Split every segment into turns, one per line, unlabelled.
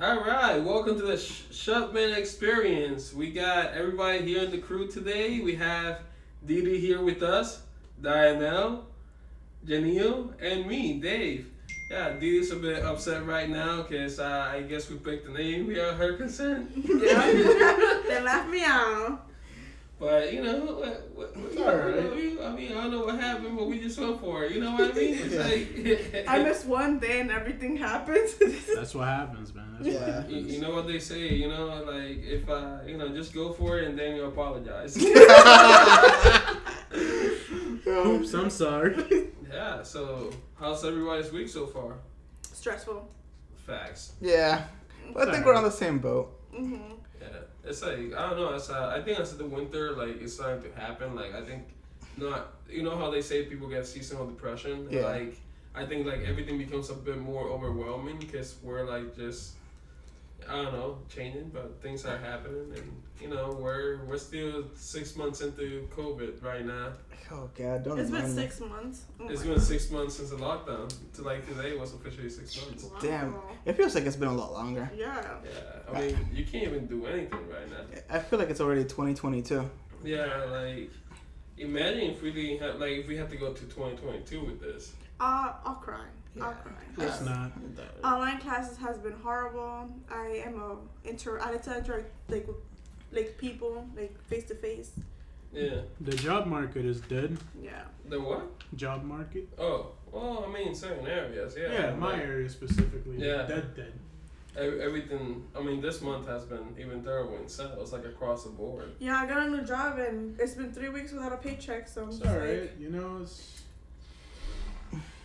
All right, welcome to the Sh- Shutman Experience. We got everybody here in the crew today. We have Didi here with us, Dianel, Janil, and me, Dave. Yeah, Didi's a bit upset right now because uh, I guess we picked the name without her consent.
Yeah. they left me out.
But you know, what, what, what-
It's all right.
we- I mean, I don't know what happened, but we just went for it. You know what I mean? It's like
I missed one day and everything happened.
That's what happens, man. That's what
Yeah.
happens.
You, you know what they say, you know, like if uh, you know, just go for it and then you apologize.
Oops, I'm sorry.
yeah. So, how's everybody's week so far?
Stressful.
Facts.
yeah. But I think we're on the same boat.
hmm
Yeah. It's like I don't know. It's uh, I think I said the winter like it's starting to happen. Like I think not. You know how they say people get seasonal depression.
Yeah.
Like I think like everything becomes a bit more overwhelming because we're like just. I don't know, changing, but things are happening, and you know we're we're still six months into COVID right now.
Oh God, don't
It's been
remind me.
six months. Oh
It's
my
been six months since the lockdown. To like today was officially six months.
God.
Damn.
Wow.
It feels like it's been a lot longer.
Yeah.
Yeah, I mean you can't even do anything right now.
I feel like it's already 2022.
Yeah, like imagine if we didn't have like if we had to go to 2022 with this.
Uh, I'll cry. I'll
Yeah.
cry.
It's not.
Online classes has been horrible. I am a inter. I like to interact like with like people like face to face.
Yeah,
The job market is dead.
Yeah.
the what?
Job market.
Oh, well, I mean certain areas. Yeah,
Yeah, my
like,
area specifically. is
Yeah.
Dead, dead.
ev- everything. I mean this month has been even terrible in sales, like across the board.
Yeah. I got a new job and it's been three weeks without a paycheck. So I'm
It's
just
alright.
like,
You know, it's.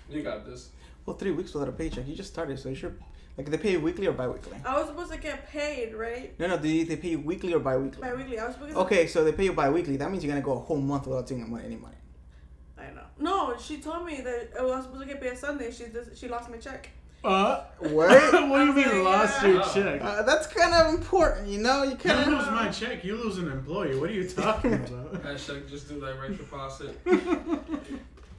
You got this.
Well, three weeks without a paycheck. You just started, so you should. Like, they pay you weekly or biweekly?
I was supposed to get paid right
No, no, they, they pay you weekly or biweekly.
biweekly. I was supposed to
Okay, so they pay you biweekly. That means you're gonna go a whole month without doing mo- any money.
I know. No, she told me that oh, I was supposed to get paid Sunday. She just, she lost my check.
Uh,
What?
what do you mean
Yeah.
lost your
Oh.
check?
uh, that's kind of important, you know. You
you
kind of.
lose my check, you lose an employee. What are you talking about?
Hashtag just do direct deposit.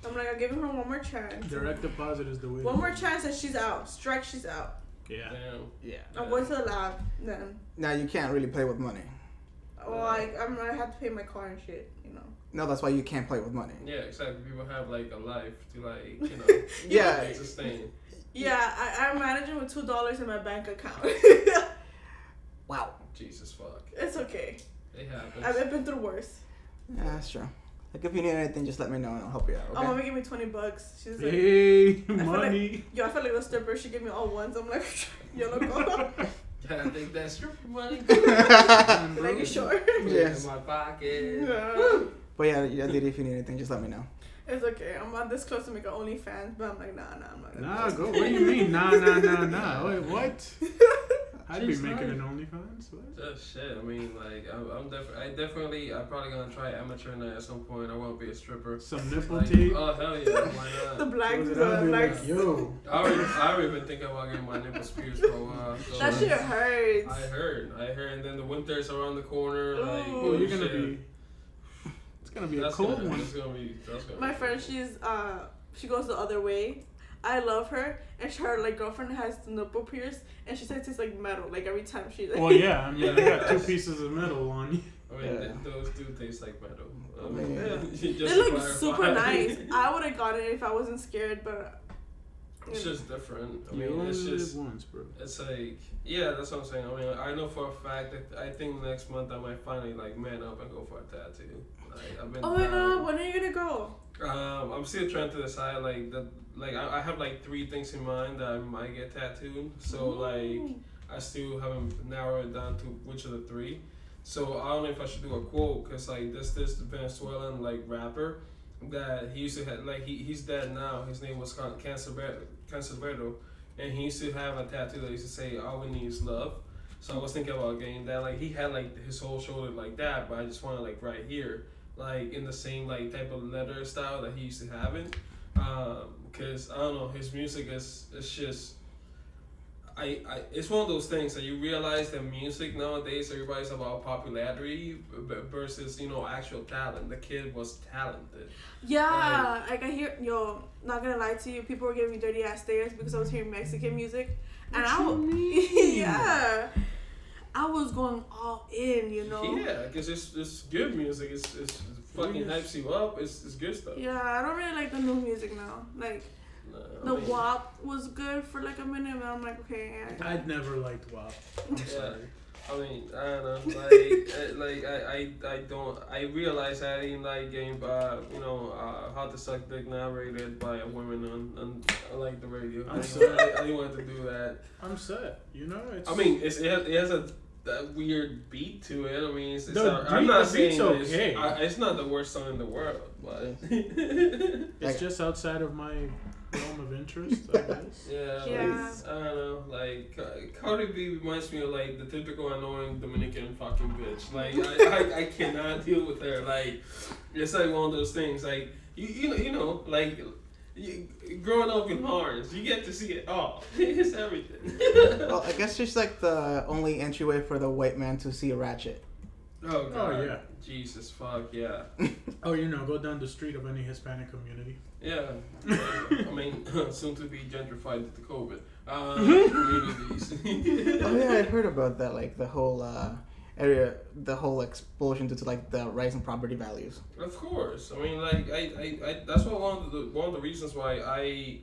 I'm like, I'm giving her one more chance.
Direct deposit is the way.
One more chance and she's out. Strike, she's out.
Yeah.
Damn.
Yeah.
I'm going to the lab then.
Now you can't really play with money.
Well, I, I'm gonna have to pay my car and shit, you know.
No, that's why you can't play with money.
Yeah, exactly. People have like a life to like you know
Yeah.
sustain.
Yeah, I, I'm managing with two dollars in my bank account.
Wow.
Jesus fuck.
it's okay.
It
I've,
happens.
I've been through worse.
Yeah, that's true. Like, if you need anything, just let me know and I'll help you out.
Oh,
Okay.
mommy gave me twenty bucks. She's like,
Hey,
like-
money.
yo, I feel like a stripper. She gave me all ones. I'm like, yo, loco.
I think that's your money.
like you sure?
Yes.
In my pocket.
yeah.
But yeah, yeah, Didi, if you need anything, just let me know.
It's okay. I'm not this close to make an OnlyFans, but I'm like, nah, nah, I'm not. gonna
Nah,
do
go.
it.
What do you mean? Nah, nah, nah, nah. Wait, what? I'd be
She's
making
right.
an OnlyFans. What?
Oh, shit. I mean, like, I'm, I'm def- I definitely, I'm probably gonna try amateur night at some point. I want to be a stripper.
Some nipple
Like,
tape.
oh hell yeah, why
the
not?
black,
Those
the
are
black.
like, Yo.
I already, I already been thinking about getting my nipples pierced for a while. So
That shit hurts.
I heard, I heard, and then the winter's around the corner. Like,
Ooh.
Oh,
oh,
you're gonna
shit.
be. It's gonna be
That's
a cold
gonna,
one.
That's gonna be. That's gonna
My
be
friend, she's uh, she goes the other way. I love her, and she- her like girlfriend has nipple pierce, and she says it's like metal. Like every time she like.
Well, Oh, yeah. I mean, you
Yeah.
got two pieces of metal on you.
I mean, th-
Yeah.
those do taste like metal. I
I
mean,
mean, yeah.
just
They
to
look
clarify.
super nice. I would have got it if I wasn't scared, but
it's just different. I
you
mean,
only
it's
live
just.
once, bro.
It's like, yeah, that's what I'm saying. I mean, I know for a fact that I think next month I might finally like man up and go for a tattoo. Like, I've been.
oh my
down.
god, when are you gonna go?
Um, I'm still trying to decide. Like that. Like I, I have like three things in mind that I might get tattooed. So like I still haven't narrowed it down to which of the three. So I don't know if I should do a quote because like this this Venezuelan like rapper that he used to have like he, he's dead now. His name was Can- Cancerbero, Cancerbero, and he used to have a tattoo that used to say all we need is love. So I was thinking about getting that. Like he had like his whole shoulder like that, but I just wanted like right here, like in the same like type of letter style that he used to have it. Um, Cause I don't know, his music is it's just I, I it's one of those things that you realize that music nowadays everybody's about popularity v- versus you know actual talent. The kid was talented.
Yeah, like I hear yo, not gonna lie to you, people were giving me dirty ass stares because I was hearing Mexican music. And I
What you
w-
mean?
yeah,
like it's just it's good music. It's it's it fucking hypes
Yes.
you up. It's it's good stuff.
Yeah, I don't really like the new music now. Like
Nah, I
the
mean,
WAP was good for like a minute, but I'm like, okay, I,
I'd never liked WAP. I'm
Yeah.
sorry.
I mean, I don't know. Like, I, like I, I, I don't. I realized I didn't like game. Uh, you know, uh, how to suck dick narrated by a woman on, on like the radio.
I'm
I,
sorry.
I, I didn't want to do that.
I'm set. You know, it's.
I mean, it's, it, has, it has a, that weird beat to it. I mean, it's, it's
The
not, I'm
beat-
not
the beat's
saying that it's-
okay.
I, it's not the worst song in the world, but
it's
Like-
just outside of my realm of interest. I guess.
yeah, like,
Yeah.
I don't know. Like Ca- Cardi B reminds me of like the typical annoying Dominican fucking bitch. Like I, I, I cannot deal with her. Like it's like one of those things. Like you you know you know like. You, growing up in Harns, you get to see it all. it's everything.
Well, I guess she's like the only entryway for the white man to see Ratchet.
Oh, God.
yeah.
Jesus fuck, yeah.
Oh, you know, go down the street of any Hispanic community.
Yeah, I mean, soon to be gentrified with the COVID uh, communities.
Oh yeah, I heard about that. Like the whole uh, area, the whole explosion due to like the rise in property values.
of course, I mean, like I, I, I that's what one of the one of the reasons why I,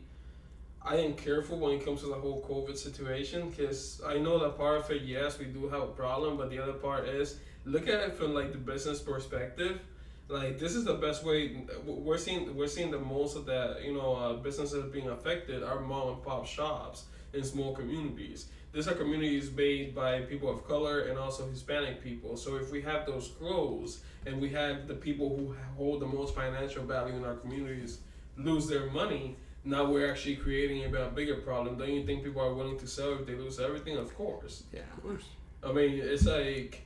I am careful when it comes to the whole COVID situation because I know that part of it, yes, we do have a problem, but the other part is look at it from like the business perspective. Like this is the best way we're seeing we're seeing the most of the you know uh, businesses being affected are mom and pop shops in small communities. These are communities made by people of color and also Hispanic people. So if we have those grows and we have the people who hold the most financial value in our communities lose their money, now we're actually creating a bit- bigger problem. Don't you think people are willing to sell if they lose everything? Of course.
Yeah.
Of course.
I mean, it's like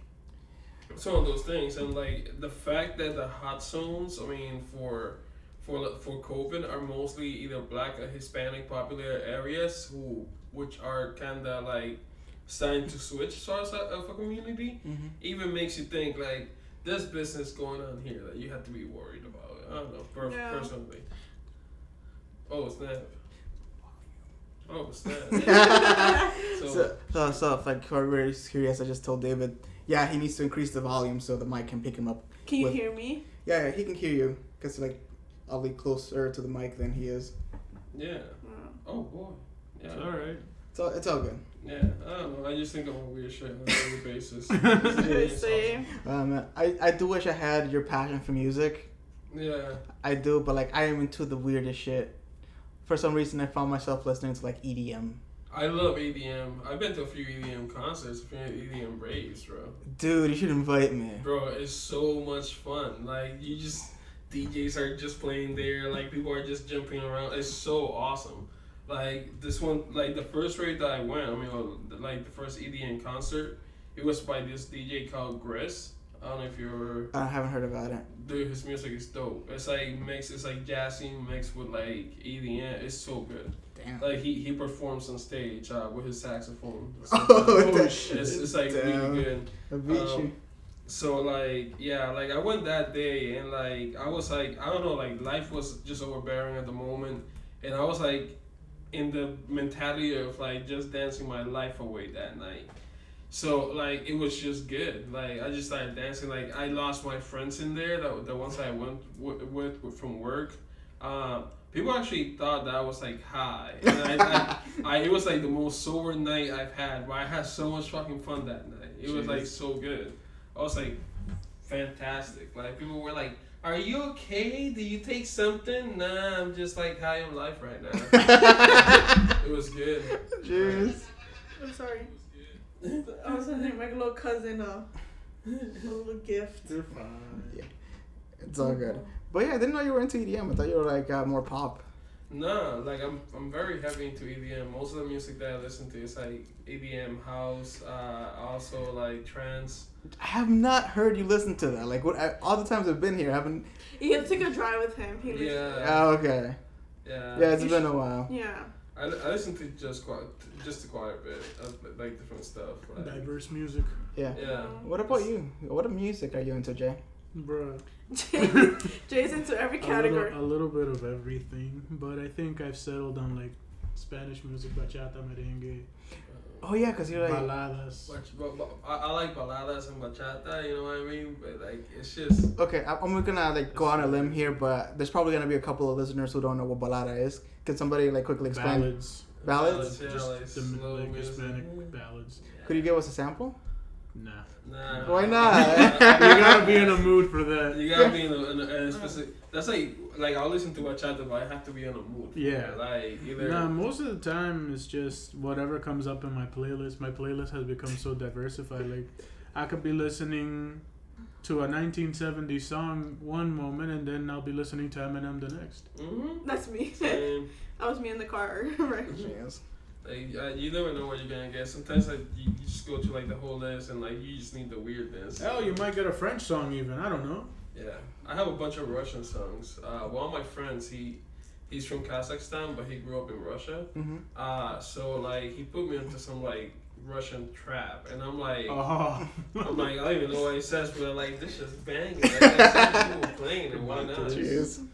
it's one of those things, and like the fact that the hot zones, I mean, for for for COVID, are mostly either black or Hispanic popular areas, who which are kind of like starting to switch source of a community,
Mm-hmm.
even makes you think like there's business going on here that you have to be worried about. I don't know, per-
Yeah.
personally. Oh snap! Oh snap! so
So, so, so if like are very curious, I just told David, yeah, he needs to increase the volume so the mic can pick him up.
can you
With-
hear me?
Yeah, yeah he can hear you because like oddly closer to the mic than he is.
yeah.
Mm.
Oh boy. Yeah.
It's all right.
It's all, it's all good.
Yeah, I don't know. I just think I'm a weird shit on a daily basis.
Okay,
It's really
same.
Um, I I do wish I had your passion for music.
awesome. Yeah.
I do, but like I am into the weirdest shit. For some reason, I found myself listening to like E EDM.
I love EDM. I've been to a few EDM concerts, a few EDM raves, bro.
Dude, you should invite me.
Bro, it's so much fun. Like, you just, DJs are just playing there. Like, people are just jumping around. It's so awesome. Like, this one, like, the first rave that I went, I mean, well, the- like, the first EDM concert, it was by this DJ called Gress. I don't know if you're
I haven't heard about it.
Dude, his music is dope. It's like mixed, it's like jazzy mixed with like EDM. It's so good.
Damn.
Like he, he performs on stage uh, with his saxophone.
Oh,
Oh,
da-
shit.
it's, it's like
Damn.
really good.
I beat you.
Um, So like yeah, like I went that day and like I was like I don't know like life was just overbearing at the moment, and I was like in the mentality of like just dancing my life away that night. So like it was just good. Like I just started dancing. Like I lost my friends in there. That the ones I went with, with, from work. Uh, people actually thought that I was like high. And I, I, I, it was like the most sober night I've had. But I had so much fucking fun that night. It was like so good. I was like fantastic. Like people were like, "Are you okay? Do you take something?" Nah, I'm just like high on life right now. it was good.
Jeez.
I'm sorry.
It
I was sending my little cousin a, a little gift.
You're fine.
It's all good. But yeah, I didn't know you were into EDM. I thought you were like uh, more pop.
No, like I'm, I'm very heavy into EDM. Most of the music that I listen to is like EDM house, uh, also like trance.
I have not heard you listen to that. Like what? I, all the times I've been here, I haven't.
You can take a drive with him. He lives
Yeah,
Oh, okay.
yeah.
Yeah, it's
you
been a while.
Yeah.
I, I listen to just quite, just a quiet bit of like different stuff. Like,
Diverse music,
Yeah.
yeah.
What about you? What music are you into, Jay?
bruh.
Jay- Jay's into every
A little,
category.
a little bit of everything, but I think I've settled on like Spanish music, bachata, merengue.
Uh,
Oh yeah, because you're like
Baladas.
But, but, but I, I like baladas and bachata, you know what I mean? But like, it's just
okay. I- I'm gonna like go on a limb here, but there's probably gonna be a couple of listeners who don't know what balada is. Could somebody like quickly explain?
Ballads.
Ballads?
Yeah,
Just
like
the
slow
like,
music.
Hispanic ballads.
Could you give us a sample?
Nah.
Nah.
Why
you
not?
gotta be in a mood for that.
You gotta be in a, in a, in a specific. That's like like I'll listen to bachata, but I have to be in a mood. for
Yeah.
it. Like either.
Nah, most of the time it's just whatever comes up in my playlist. My playlist has become so diversified. Like, I could be listening to a 1970 song one moment, and then I'll be listening to Eminem the next.
Mhm.
That's me. that
Same.
was me in the car. right.
Yes.
Like uh, you never know what you're gonna get. Sometimes like you, you just go to like the whole list and like you just need the weirdness.
Hell, you might get a French song even. I don't know.
Yeah, I have a bunch of Russian songs. Uh, one of my friends, he he's from Kazakhstan, but he grew up in Russia.
Mm-hmm.
Uh, so like he put me into some like Russian trap, and I'm like.
Oh,
I'm like, I don't even know what he says, but I'm like, this is banging. Like, there's some people playing, and why not?
Jeez.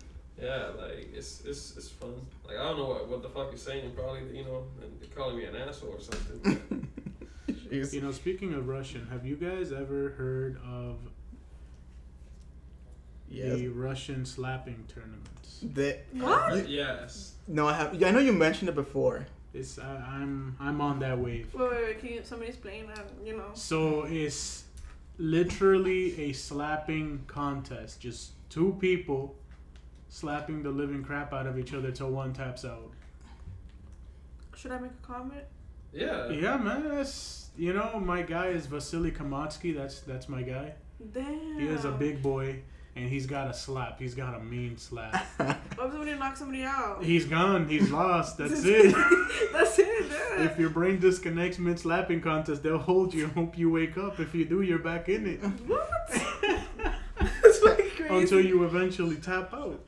Yeah, like it's it's it's fun. Like I don't know what, what the fuck he's saying. Probably you know, and they're calling me an asshole or something.
Jeez.
you know, speaking of Russian, have you guys ever heard of
Yes.
the Russian slapping tournaments?
The,
What?
You-
yes.
no, I have. I know you mentioned it before.
It's I, I'm I'm on that wave.
Wait, wait, wait. Can you, somebody explain that? You know.
So it's literally a slapping contest. Just two people slapping the living crap out of each other till one taps out.
Should I make a comment?
Yeah.
Yeah, man. That's you know my guy is Vasily Kamatsky. That's that's my guy.
Damn.
He is a big boy and he's got a slap. He's got a mean slap.
What happens when you knock somebody out?
He's gone. He's lost. That's it.
That's it. Yeah.
If your brain disconnects mid slapping contest, they'll hold you. Hope you wake up. If you do, you're back in it
what? That's like crazy.
until you eventually tap out.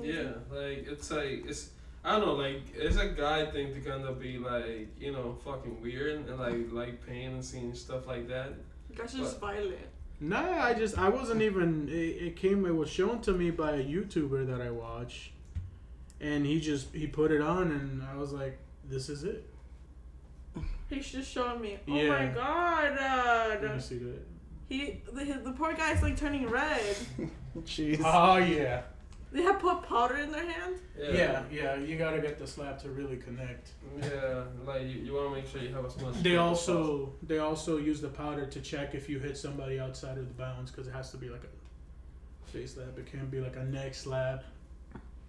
Yeah. Like it's like it's I don't know. Like it's a guy thing to kind of be like you know fucking weird and like like pain and seeing stuff like that.
Guys are just violent.
Nah, I just I wasn't even. It, it came. It was shown to me by a YouTuber that I watch, and he just he put it on, and I was like, "This is it."
He's just showing me. Oh my
Yeah.
god.
Let
uh,
me see that.
He, the, the poor guy's like turning red.
Jeez.
Oh yeah.
They have put powder in their hand.
Yeah.
yeah. You gotta get the slap to really connect.
Yeah, Like you, you want to make sure you have as much.
They also they also use the powder to check if you hit somebody outside of the bounds because it has to be like a face slap. It can't be like a neck slap.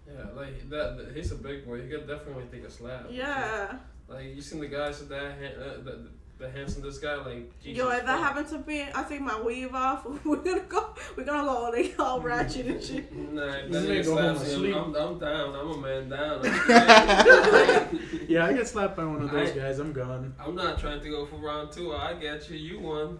Yeah, like that. that- He's a big boy. He could definitely take a slap.
Yeah.
Like you seen the guys with that hand, uh, the, the hands on this guy, like Jesus
Yo, if that
fuck.
happens to me, I take my weave off. We're gonna go. We're gonna go all, like, all
Mm-hmm.
ratchet and shit.
Nah, if that nigga
This nigga home
slaps me,
asleep.
I'm, I'm, I'm down. I'm a man down. I'm, good.
Yeah, I get slapped by one of those
I-
guys. I'm gone.
I'm not trying to go for round two. I got you. You won.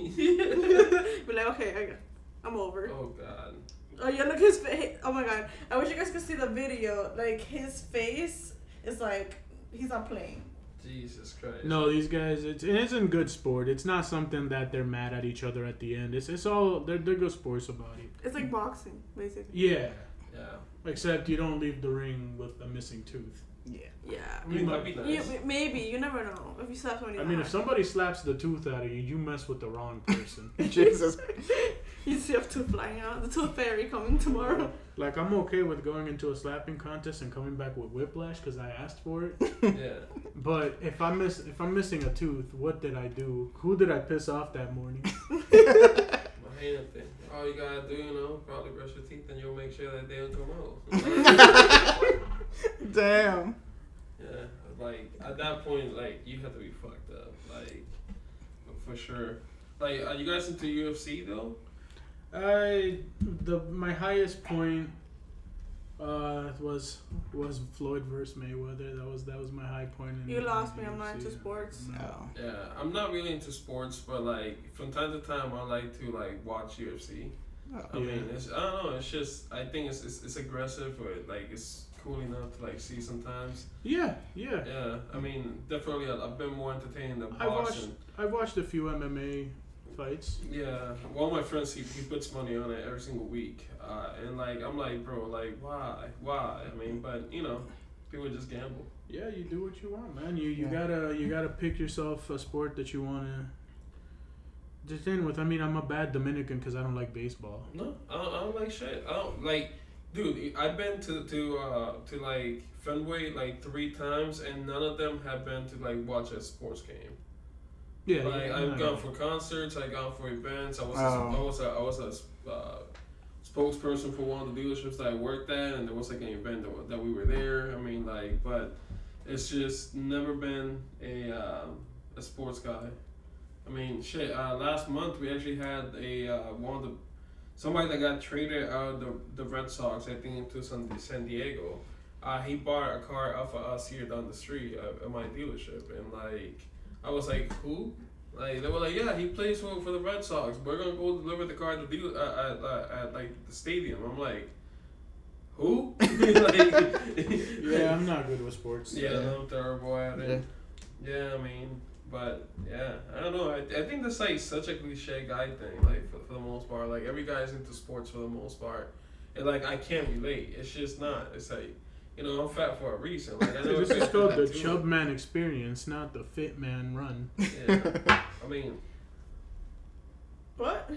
Be like, okay, I got, I'm over.
oh God.
Oh yeah, look his face. Oh my god, I wish you guys could see the video. Like his face is like he's not playing.
Jesus Christ.
No, these guys, it's, it isn't good sport. It's not something that they're mad at each other at the end. It's, it's all, they're, they're good sports about it.
It's like boxing, basically.
Yeah.
Yeah.
Except you don't leave the ring with a missing tooth.
Yeah.
Yeah.
I mean, that'd be
You,
nice.
maybe you never know if you slap somebody.
I
in the
mean,
eye.
if somebody slaps the tooth out of you, you mess with the wrong person.
Jesus.
You see have tooth flying out. The tooth fairy coming tomorrow.
like, I'm okay with going into a slapping contest and coming back with whiplash because I asked for it.
Yeah.
But if I miss, if I'm missing a tooth, what did I do? Who did I piss off that morning?
My hand thing. All you gotta do, you know, probably brush your teeth, and you'll make sure that they don't come out.
Damn.
yeah. Like at that point, like you have to be fucked up, like for sure. Like, are you guys into UFC though?
I the my highest point uh was was Floyd versus Mayweather. That was that was my high point. In,
You lost me.
in
I'm not
UFC.
into sports.
No.
Yeah, I'm not really into sports, but like from time to time, I like to like watch UFC. I
Oh, Yeah.
mean, it's, I don't know. It's just I think it's it's, it's aggressive, but like it's cool enough to like see sometimes.
Yeah, yeah.
Yeah, I mean, definitely I- I've been more entertained than
I watched
boxing.
I watched a few MMA fights.
Yeah, one of my friends he, he puts money on it every single week, uh, and like I'm like, bro, like why, why? I mean, but you know, People just gamble.
Yeah, you do what you want, man. You you
Yeah.
gotta you gotta pick yourself a sport that you wanna. Just in with. I mean, I'm a bad Dominican because I don't like baseball.
No, I don't, I don't like shit. I don't like, dude. I've been to to uh to like Fenway like three times, and none of them have been to like watch a sports game.
Yeah,
like
yeah,
I've
no,
gone
no.
for concerts. I've gone for events. I was
Oh.
a, I was a, I was a uh, spokesperson for one of the dealerships that I worked at, and there was like an event that, wa- that we were there. I mean, like, but it's just never been a um, a sports guy. I mean, shit. Uh, last month we actually had a uh, one of the somebody that got traded out of the the Red Sox, I think, to San San Diego. Uh, he bought a car off of us here down the street uh, at my dealership, and like, I was like, who? Like they were like, yeah, he plays for, for the Red Sox. We're gonna go deliver the car to deal uh, at, uh, at like the stadium. I'm like, who? like,
Yeah, I'm not good with sports.
yeah, I'm terrible at
Yeah.
it. Yeah. I mean, but yeah, I don't know. I, I think that's like such a cliche guy thing. Like for, for the most part, like every guy's into sports for the most part, and like I can't relate. It's just not. It's like. You know, I'm fat for a reason. Like, I know
This
it's
is called the
tattoo.
Chub Man Experience, not the Fit Man Run.
Yeah. I mean,
What?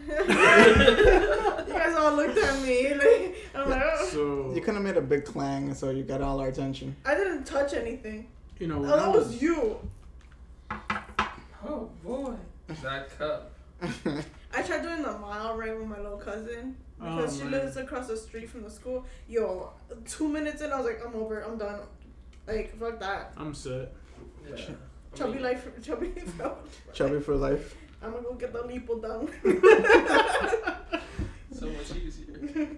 you guys all looked at me. Like, I'm like, oh.
So
You could have made a big clang, so you got all our attention.
I didn't touch anything.
you know,
Oh,
when I
that
was
was you.
oh boy, that cup.
I tried doing the mile right with my little cousin because
Oh,
she
man.
lives across the street from the school. Yo, two minutes in, I was like, I'm over, it, I'm done. Like, fuck that.
I'm set.
Yeah. I
Chubby
mean,
life, chubby.
Chubby for life.
I'm gonna go get the lipo done.
so much easier.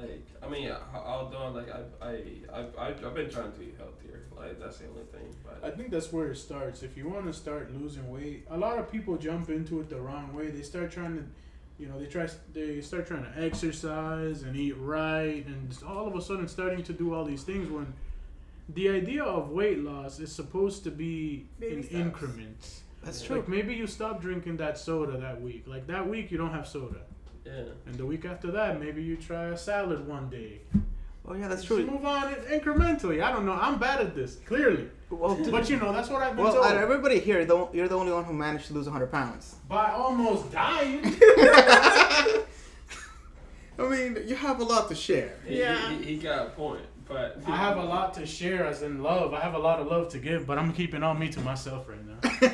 Like, I mean, I- although like I I I I've been trying to eat healthier. Like that's the only thing.
I
But
think that's where it starts. If you want to start losing weight, a lot of people jump into it the wrong way. They start trying to, you know, they try they start trying to exercise and eat right, and just all of a sudden starting to do all these things when the idea of weight loss is supposed to be
Baby
in
steps.
increments.
That's
Yeah.
true.
Like maybe you stop drinking that soda that week. Like that week you don't have soda,
yeah,
and the week after that maybe you try a salad one day.
Oh yeah, that's
Just
true.
Move on incrementally. I don't know. I'm bad at this clearly,
Well, dude-
but you know that's what I've been
well,
told.
out of everybody here, the, you're the only one who managed to lose 100 pounds.
by almost dying.
I mean, you have a lot to share.
He-
Yeah.
He, he, he got a point, but
I have a lot to share, as in love. I have a lot of love to give, but I'm keeping all me to myself right now.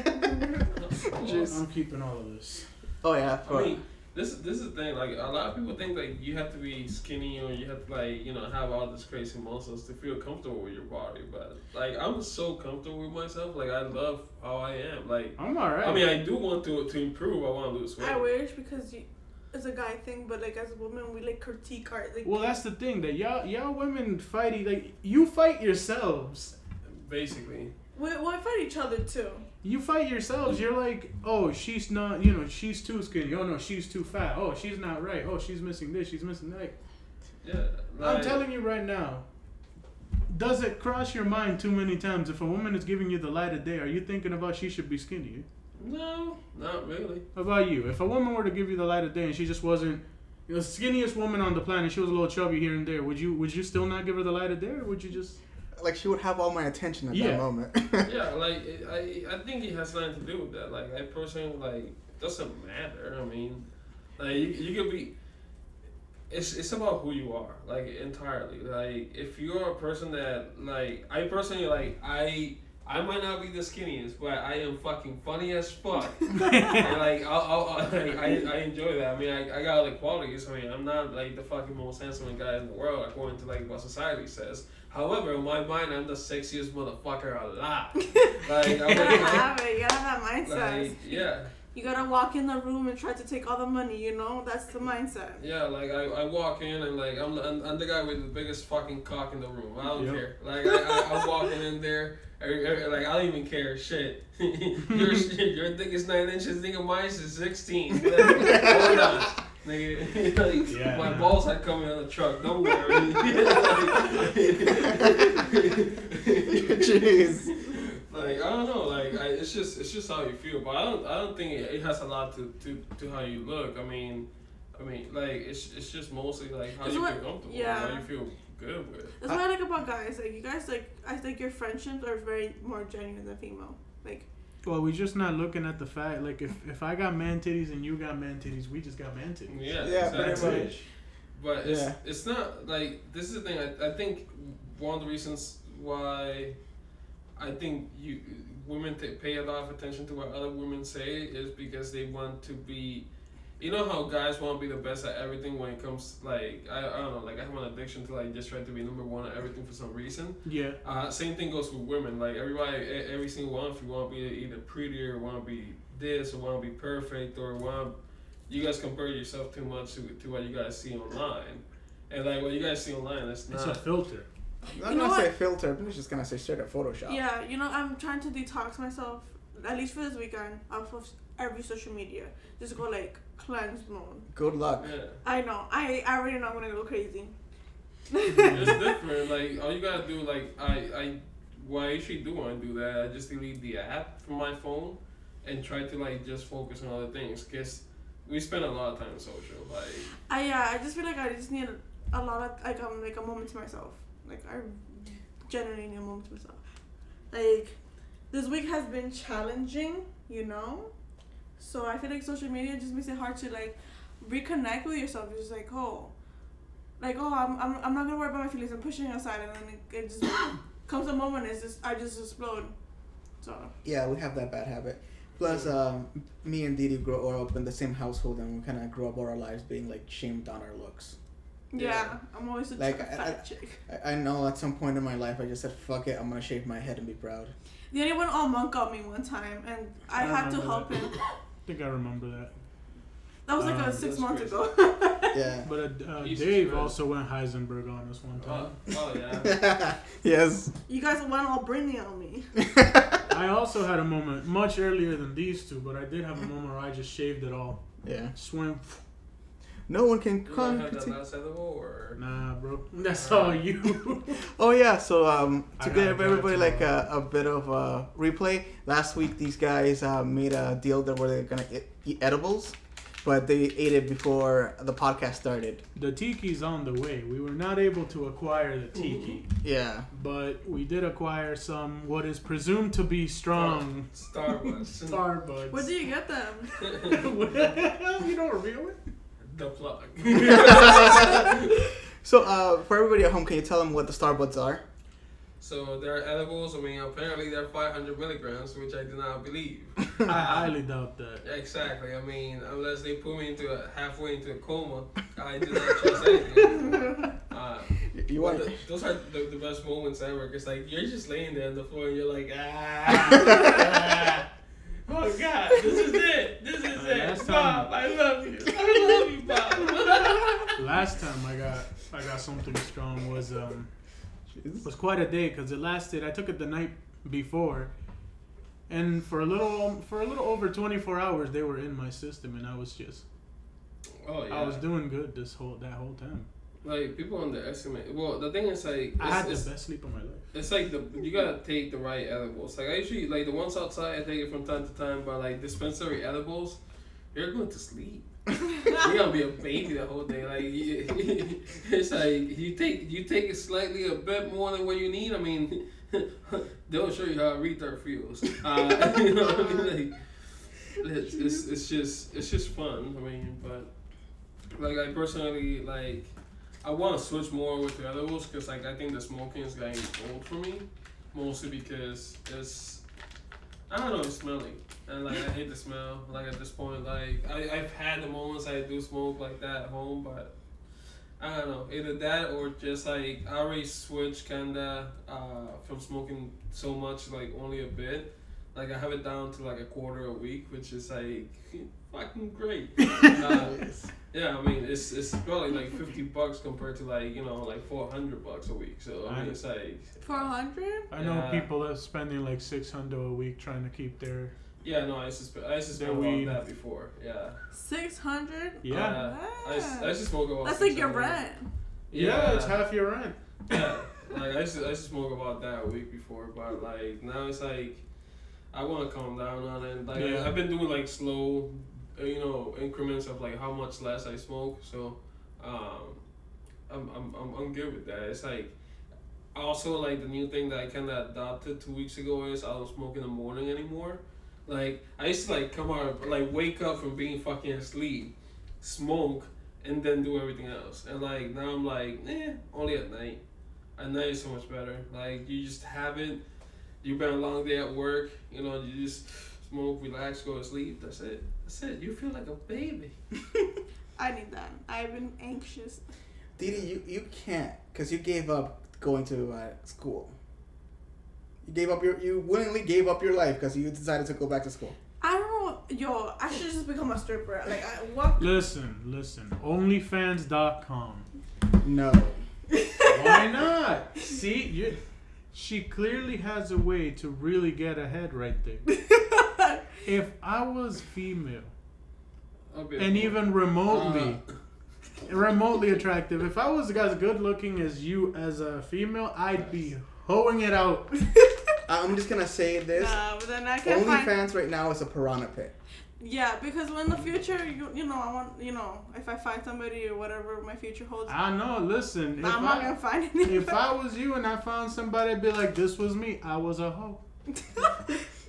I'm keeping all of this.
Oh yeah.
I mean, this is this is the thing. Like a lot of people think like you have to be skinny or you have to like you know have all this crazy muscles to feel comfortable with your body. But like I'm so comfortable with myself. Like I love how I am. Like
I'm all right.
I mean, I do want to to improve. I want to lose weight.
I wish because you, it's a guy thing, but like as a woman, we like critique our like.
well, that's the thing that y'all y'all women fighting like you fight yourselves.
Basically,
We, we fight each other too.
You fight yourselves. You're like, oh, she's not. You know, she's too skinny. Oh no, she's too fat. Oh, she's not right. Oh, she's missing this. She's missing that.
yeah. like-
I'm telling you right now. Does it cross your mind too many times if a woman is giving you the light of day? Are you thinking about she should be skinnier?
No, not really.
How about you? If a woman were to give you the light of day and she just wasn't the skinniest woman on the planet, she was a little chubby here and there, would you would you still not give her the light of day or would you just
like she would have all my attention at
Yeah.
that moment.
Yeah, like it, I, I think it has nothing to do with that. Like I personally like it doesn't matter. I mean, like you, you could be. It's it's about who you are, like entirely. Like if you're a person that like I personally like I. I might not be the skinniest, but I am fucking funny as fuck. and, like, I'll, I'll, I'll, like I, I enjoy that. I mean, I, I got other qualities. I mean, I'm not like the fucking most handsome guy in the world according to like what society says. However, in my mind, I'm the sexiest motherfucker alive. like,
You
I'm
gotta
like,
have it. You gotta have that mindset.
like, yeah,
you gotta walk in the room and try to take all the money. You know, that's the mindset.
yeah. Like I, I walk in and like I'm, I'm, I'm the guy with the biggest fucking cock in the room. I don't
Yep.
care. Like I, I, I'm walking in there. every- every- Like I don't even care. Shit, your shit, your dick is nine inches. Nigga, mine is sixteen. Like, hold on. Nigga, like,
Yeah,
my
no.
balls are coming on the truck. Don't worry.
Jeez.
like I don't know, like I, it's just it's just how you feel, but I don't I don't think it, it has a lot to, to, to how you look. I mean, I mean like it's it's just mostly like how
It's
you
what-
feel comfortable,
yeah.
how you feel good with.
That's what I like about guys. Like you guys, like I think your friendships are very more genuine than female. Like
Well, we just not looking at the fact. Like, if, if I got man titties and you got man titties, we just got man titties.
Yeah,
Yeah, pretty
exactly.
much.
But it's
Yeah.
it's not like this is the thing. I, I think one of the reasons why I think you women t- pay a lot of attention to what other women say is because they want to be. You know how guys want to be the best at everything when it comes like I, I don't know like I have an addiction to like just trying to be number one at everything for some reason.
Yeah.
Uh, same thing goes with women. Like everybody, e- every single one, if you want to be either prettier, or want to be this, or want to be perfect, or want you guys compare yourself too much to, to what you guys see online, and like what you guys see online, that's
It's a
not.
filter.
You
I'm
know
not gonna say
what?
filter. I'm just gonna say straight up Photoshop.
yeah, you know, I'm trying to detox myself at least for this weekend off of every social media. Just go like cleanse mode.
Good luck.
Yeah,
I know. I I already know I'm gonna go crazy.
it's different. Like all you gotta do, like I, I, why I usually do want to do that, I just delete the app from my phone, and try to like just focus on other things. Cause we spend a lot of time social. Like
I yeah, I just feel like I just need a lot of like um like a moment to myself. Like I generally need a moment to myself. Like this week has been challenging, you know. So I feel like social media just makes it hard to like reconnect with yourself. It's just like oh, like oh I'm I'm, I'm not gonna worry about my feelings. I'm pushing it aside, and then it, it just comes a moment. It's just I just explode. So
Yeah, we have that bad habit. Plus, um, me and Didi grow up in the same household, and we kind of grew up all our lives being like shamed on our looks.
yeah,
Yeah.
I'm always a
Like,
fat
I- I-
chick.
I, I know at some point in my life, I just said, "Fuck it, I'm gonna shave my head and be proud."
The only one all monk got me one time, and I,
I
had to
remember
help
that.
him.
I think I remember that.
That was like
Um,
a six
that's
months
crazy.
ago.
Yeah.
But uh, uh,
Jesus
Dave
Christ.
also went Heisenberg on us one time.
oh, oh yeah.
yes.
you guys went all Britney on me.
I also had a moment much earlier than these two, but I did have a moment where I just shaved it all.
Yeah.
Swim.
No one can
You don't
come.
have that last edible or
Nah, bro. That's all you.
Oh yeah, so um, to
I gotta
give
go
everybody like
tomorrow.
a, a bit of a replay, last week these guys uh, made a deal that were they gonna eat, eat edibles, but they ate it before the podcast started.
the tiki's on the way. We were not able to acquire the tiki,
Yeah,
but we did acquire some what is presumed to be strong
Starbucks.
Starbucks.
Where do you get them?
well, you don't reveal it.
the plug.
So uh, for everybody at home, can you tell them what the Starbucks are?
so there are edibles. I mean, apparently they're 500 milligrams, which I do not believe.
I highly doubt that.
Exactly. I mean, unless they put me into a halfway into a coma, I do not trust anything. Uh, but
You want?
th- those are the, the best moments ever. Cause like you're just laying there on the floor and you're like, ah. Oh God! This is it. This is
Last
it,
time-
Bob. I love you. I love you, Bob.
Last time I got I got something strong was um was quite a day because it lasted. I took it the night before, and for a little for a little over 24 hours they were in my system, and I was just
oh yeah.
I was doing good this whole that whole time.
like people underestimate. Well, the thing is like
I
it's-
had the
it's-
best sleep of my life.
It's like the you gotta take the right edibles. Like I usually like the ones outside I take it from time to time, but like dispensary edibles, you're going to sleep. You're gonna be a baby the whole day. Like you- it's like you take you take it slightly a bit more than what you need. I mean, they'll show you how retard feels. Uh, you know what I mean? Like it's, it's it's just it's just fun. I mean, but like I personally like I want to switch more with the edibles because like I think the smoking is getting old for me, mostly because it's I don't know it's smelly and like I hate the smell. Like at this point, like I I've had the moments I do smoke like that at home, but I don't know either that or just like I already switched kinda uh, from smoking so much like only a bit. Like I have it down to like a quarter a week, which is like fucking great. Uh, yeah, I mean it's it's probably like fifty bucks compared to like you know like four hundred bucks a week. So I mean it's like
For a hundred?
I know
Yeah.
people that's spending like six hundred a week trying to keep their
yeah no I suspe- I suspect
Then
about
we-
that before yeah
Six hundred?
yeah.
Uh, I, s- I just smoke about
That's like
600.
your rent.
yeah, it's half your rent.
yeah. Like I used to, I used to smoke about that a week before, but like now it's like I want to calm down on it. Like
Yeah.
I've been doing like slow, uh, you know, increments of like how much less I smoke. So, um, I'm I'm I'm, I'm good with that. It's like. Also, like the new thing that I kind of adopted two weeks ago is I don't smoke in the morning anymore. Like I used to like come out, like wake up from being fucking asleep, smoke, and then do everything else. And like now I'm like, eh, only at night. At night is so much better. Like you just have it. You've been a long day at work. You know, you just smoke, relax, go to sleep. That's it. That's it. You feel like a baby.
I need that. I've been anxious.
Didi, you, you can't because you gave up going to uh, school. You gave up your you willingly gave up your life because you decided to go back to school.
I don't know, yo. I should just become a stripper. Like, I, what?
Listen, listen. OnlyFans.com.
No.
Why not? See, you, she clearly has a way to really get ahead right there. If I was female
I'll be a
and
boy.
even remotely,
Uh.
remotely attractive, if I was as good looking as you as a female, I'd be hoeing it out.
I'm just gonna say this.
Nah, but then I can't find.
OnlyFans right now is a piranha pit.
Yeah, because when the future, you, you know, I want, you know, if I find somebody or whatever my future holds,
I know. Listen, if
I'm not gonna
I,
find anybody.
if I was you and I found somebody, I'd be like, "This was me. I was a hoe."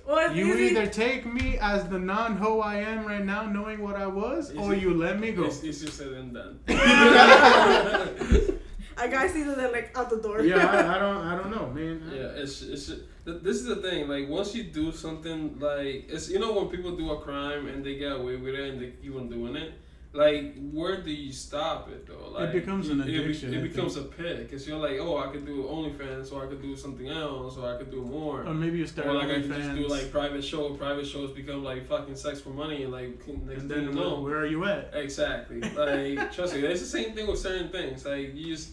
well, it's
You
easy.
either take me as the non-hoe I am right now, knowing what I was, or you let me go.
It's, it's just said and done.
A guy sees it, they're like out the door.
yeah, I, I don't, I don't know, man.
Yeah, it's it's th- this is the thing. Like once you do something, like it's you know when people do a crime and they get away with it and they keep on doing it. Like where do you stop it though? Like
becomes an
it be-
addiction,
It,
I
becomes a pick. It's you're like, oh, I could do OnlyFans, or I could do something else, or I could do more.
Or maybe you start
or like I
Um, OnlyFans,
could just do like private show. Private shows become like fucking sex for money, and like can- next
and
thing you
then
know,
where, where are you at?
Exactly. Like, trust me, it's the same thing with certain things. Like, you just,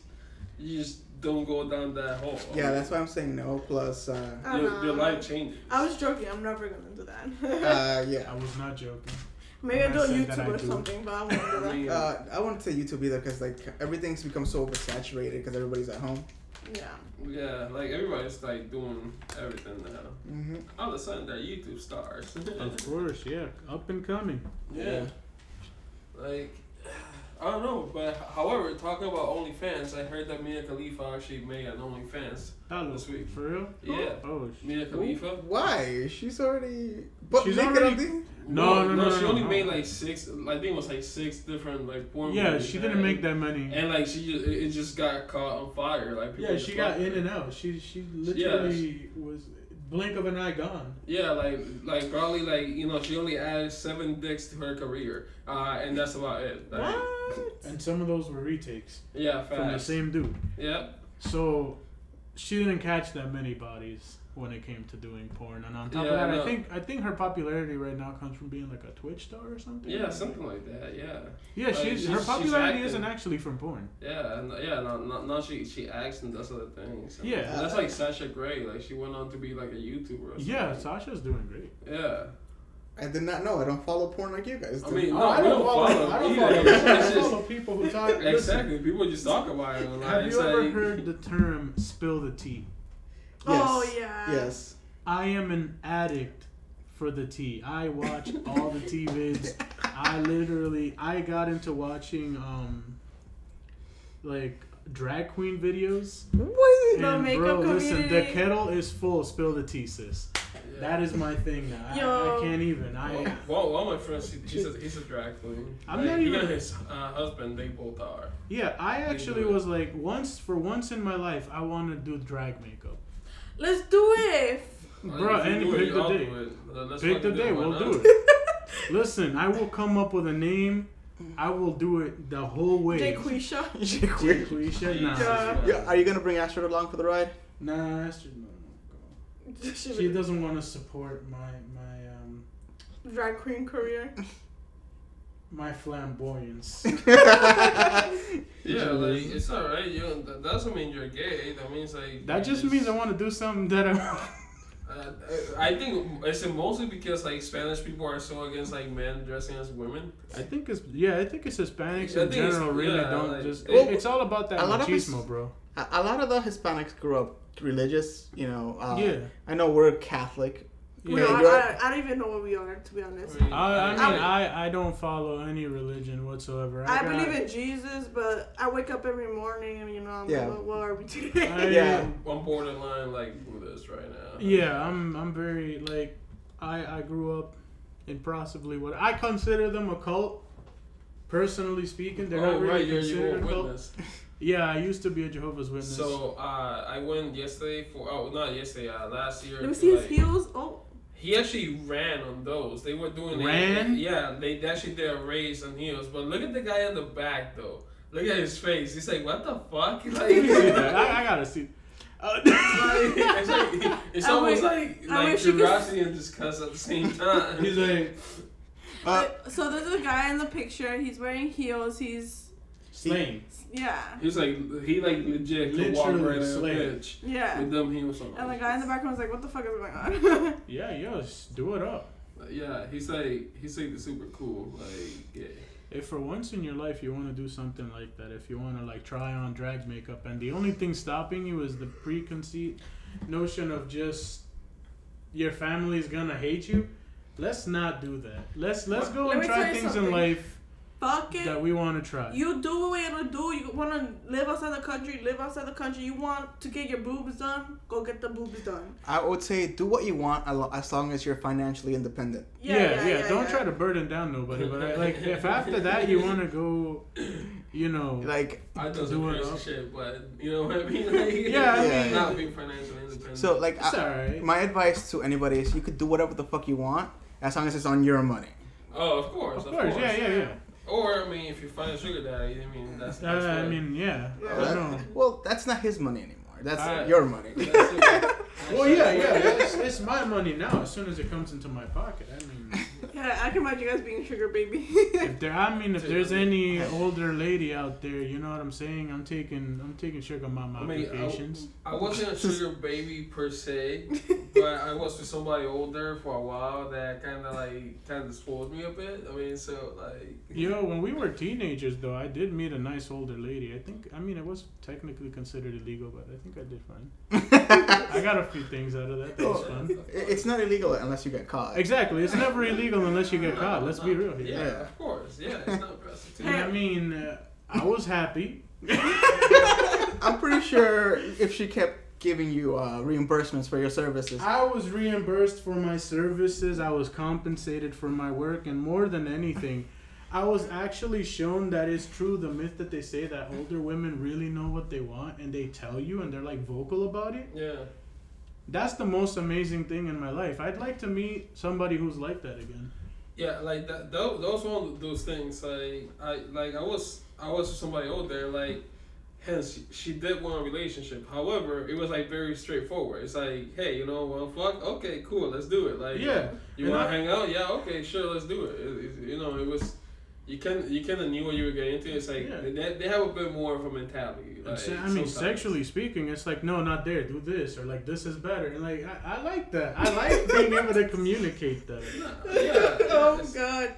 you just don't go down that hole.
Yeah, that's why I'm saying no. Plus, uh,
I don't
your, your
know.
life changes.
I was joking. I'm never gonna do that.
uh, yeah.
I was not joking.
Maybe I'll do
I
a
said that
YouTube
I
or
do.
something, but I won't do
I
that.
mean,
Uh, I wouldn't say YouTube either because like everything's become so oversaturated because everybody's at home.
Yeah.
yeah, like everybody's like doing everything now.
Mm-hmm.
All of a sudden, they're YouTube stars.
Of course, yeah, up and coming.
yeah. Like, I don't know, but however, talking about OnlyFans, I heard that Mia Khalifa actually made an OnlyFans
Hello,
this week.
for real?
Yeah.
Oh, sh-
Mia Khalifa.
Why? She's already. But
She's
She's naked
already-
on the-
No, no, no,
She
no,
only
no.
made like six. I think it was like six different like porn.
yeah,
movies
she didn't
and-
make that many.
And like she just, it it just got caught on fire. Like people
yeah,
just
she got
fucked
in
her.
and out. She she literally was blink of an eye gone.
Yeah, like like probably like you know she only added seven dicks to her career, uh, and that's about it. Like,
And some of those were retakes
Yeah,
from the
facts.
same dude.
Yeah,
So she didn't catch that many bodies when it came to doing porn. And on top
Yeah,
of that, I
no.
think I think her popularity right now comes from being like a Twitch star or something.
yeah, something like that. Yeah,
Yeah,
Like,
she's,
she's-
her
she's
popularity
active.
isn't actually from porn.
yeah, and, yeah. Now, now, now she she acts and does other things. And
Yeah.
that's like Sasha Grey. Like she went on to be like a YouTuber. Or something.
Yeah, Sasha's doing great.
yeah.
I did not know. I don't follow porn like you guys do.
I mean, no, we don't follow. either. It's just-
people who talk.
exactly. People just talk about it. Like,
Have
it's
you ever
like-
heard the term "spill the tea"?
Oh yeah.
Yes.
I am an addict for the tea. I watch all the tea vids. I literally I got into watching um like drag queen videos.
What?
And
The makeup
bro, listen, the
community.
kettle is full. Spill the tea, sis.
Yeah.
That is my thing now. I, I
Yo.
can't even. I
Well, one of my friends, he, he's, a, he's a drag queen.
I'm
Like,
not
he
even-
and his uh, husband, they both are.
yeah. I actually
do it.
was like once for once in my life I want to do drag makeup,
Let's do it.
bro.
If you
And
do it,
pick the
I'll
day.
do it. Uh, let's
Pick the
fucking do
day.
why
We'll
not?
do it. Listen, I will come up with a name. I will do it the whole way.
Jaquisha.
Weird.
Jaquisha, nah.
Jesus.
Yeah, are you gonna bring Astrid along for the ride?
Nah, that's just no. She doesn't want to support my my um
Drag queen career.
my flamboyance.
Yeah, like, it's alright. You don't- that doesn't mean you're gay. That means, like.
that just means I want to do something that I.
Uh, I think it's mostly because, like, Spanish people are so against, like, men dressing as women.
I think it's yeah. I think it's Hispanics
I
in
think it's-
general really
yeah,
don't
like-
just.
Well,
it- it's all about that
a lot of us-
machismo, bro.
a a lot of the Hispanics grew up religious, you know. Uh,
yeah,
I know we're Catholic,
We
Yeah,
are,
you're-
I, I don't even know what we are, to be honest.
mean,
I, I
I-
mean, I, I don't follow any religion whatsoever.
I
got-
believe in Jesus, but I wake up every morning and, you know, I'm
Yeah.
like, what, what are we today?
I-
Yeah.
I'm borderline like Buddhist right now.
Yeah, I'm I'm very like I I grew up in possibly what I consider them a cult. Personally speaking, they're
oh
not really
right, you're Jehovah's
considered a cult.
Witness.
Yeah, I used to be a Jehovah's Witness.
So uh, I went yesterday for oh not yesterday uh, last year.
Let me see his
like-
heels. Oh,
He actually ran on those. They were doing a-
Ran?
yeah, they actually did a race on heels. But look at the guy in the back though. Look at his face. He's like, what the fuck? Like,
Let me see that. I, I gotta see. Uh,
like, it's like, it's
I
almost
wish-
like
I
like
wish you could-
curiosity and disgust at the same time.
he's like
Uh,
so there's a guy in the picture. He's wearing heels. He's,
slain.
yeah,
He's like he like legit could walk
Literally
right in a
slayed.
pitch
yeah.
with them heels on.
And the guy in the background was like, what the fuck is going on?
Yeah, yo, s- do it up.
Yeah, he's like he's like super cool. Like yeah.
If for once in your life you want to do something like that, if you want to like try on drag makeup, and the only thing stopping you is the preconceived notion of just your family's gonna hate you, let's not do that. Let's let's go
Let
and
me
try
tell you
things in
something.
life
fuck it.
that we want to try.
You do what you want to do. You want to live outside the country, live outside the country. You want to get your boobs done, go get the boobs done.
I would say do what you want a lo- as long as you're financially independent.
yeah, yeah, Don't try to burden down nobody. But I- like, if after that you want to go, you know,
Like
I do some
Do it
crazy
up.
shit, but you know what I mean. Like,
Yeah, I
mean-
not being financially independent.
so, like
it's
I,
alright.
my advice to anybody is you could do whatever the fuck you want as long as it's on your money.
oh, of course,
Of course, yeah, yeah, yeah.
Or I mean, if you find a sugar daddy, I mean that's.
Uh,
that's
I
what-
mean, yeah.
Yeah.
I don't.
Well, that's not his money anymore. That's
Uh,
your money.
that's it. That's
Well, yeah,
it.
yeah. It's, it's my money now. As soon as it comes into my pocket, I mean,
Yeah, I can imagine you guys being a sugar baby.
if there, I mean, if there's any older lady out there, you know what I'm saying. I'm taking, I'm taking sugar mama
I mean, I-
applications.
I wasn't a sugar baby per se, but I was with somebody older for a while that kind of like kind of spoiled me a bit. I mean, so like.
Yo, when we were teenagers, though, I did meet a nice older lady. I think, I mean, it was technically considered illegal, but I think I did fine. I got a few things out of that. That was fun.
It- it's not illegal unless you get caught.
Exactly. It's never illegal unless you get caught. Let's be real
Yeah,
here.
Yeah.
of course. Yeah, it's not
And
prostitution.
I mean, uh, I was happy.
I'm pretty sure if she kept giving you uh, reimbursements for your services,
I was reimbursed for my services. I was compensated for my work, and more than anything, I was actually shown that it's true the myth that they say that older women really know what they want and they tell you and they're like vocal about it.
Yeah.
That's the most amazing thing in my life. I'd like to meet somebody who's like that again.
Yeah, like that. Those, those one of those things. Like I, like I was, I was with somebody out there. Like, hence she, she did want a relationship. However, it was like very straightforward. It's like, hey, you know, well, fuck, okay, cool, let's do it. Like,
Yeah.
you
and
want to
I-
hang out? Yeah, okay, sure, let's do it. It- it- you know, it was, you can, you kind of knew what you were getting into. It's like
Yeah.
they, they have a bit more of a mentality.
And
Like,
se- I mean,
sometimes.
sexually speaking, it's like no, not there. Do this or like this is better. And like I, I like that. I like being able to communicate that.
Nah, yeah, yeah,
oh
it's-
god.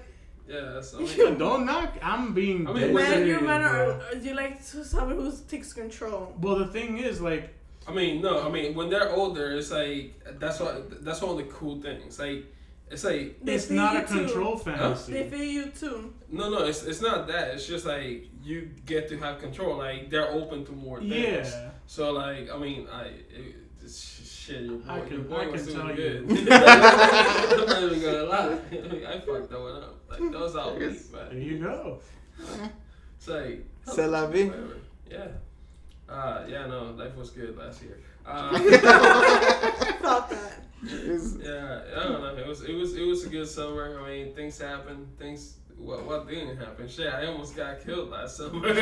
yeah. That's, I mean,
Don't knock. I'm being.
I mean,
dead
when
Men, you
serious,
men
bro.
are, you like someone who takes control.
Well, the thing is, like,
I mean, no, I mean when they're older, it's like that's what that's one of the cool things. Like, it's like
They
it's
feed
not
you
a
too.
control fantasy.
They feel you too.
no, no, it's it's not that. It's just like you get to have control. Like they're open to more
yeah,
things. So like, I mean, I it, it's sh- shit. Your boy,
I can-
your boy
I can
was doing
tell you.
good. I'm not even gonna lie. I fucked that one up. Like that was all me, but
there you go.
it's like
C'est la vie.
whatever. Yeah. Uh, yeah, no, life was good last year. Uh,
I felt that.
is-
Yeah, I don't know. It was it was it was a good summer. I mean, things happened. Things what what didn't happen? Shit, I almost got killed last summer.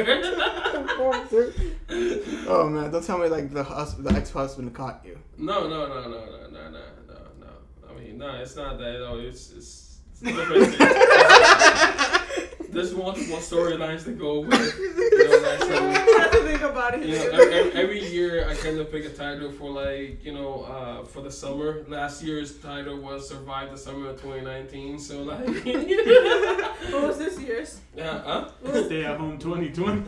oh man, don't tell me like the hus- the ex husband caught you.
no, no, no, no, no, no, no, no, no. I mean, no, it's not that. No, it's it's. it's different things. There's multiple storylines to go with. You know, like, so,
You have to think about it.
you know, every, every year I kind of pick a title for like you know uh, for the summer. Last year's title was "Survive the Summer of 2019." So like,
what was this year's?
yeah, huh?
Stay at home 2020.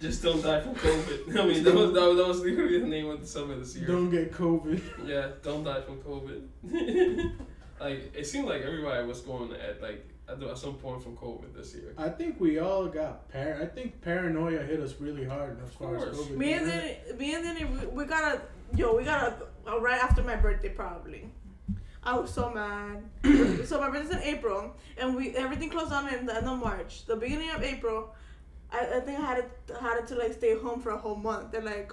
Just don't die from COVID. I mean, that was, that was, that was literally the name of the summit this year.
Don't get COVID.
Yeah, don't die from COVID. like, it seemed like everybody was going at, like, at the- at some point from COVID this year.
I think we all got par. I think paranoia hit us really hard as
Of
far as
course.
COVID.
Me and then me and then we, we got a yo, we got a, a right after my birthday probably. I was so mad. so my birthday's in April, and we everything closed down in the end of March. The beginning of April, I, I think I had it had it to like stay home for a whole month. They're like,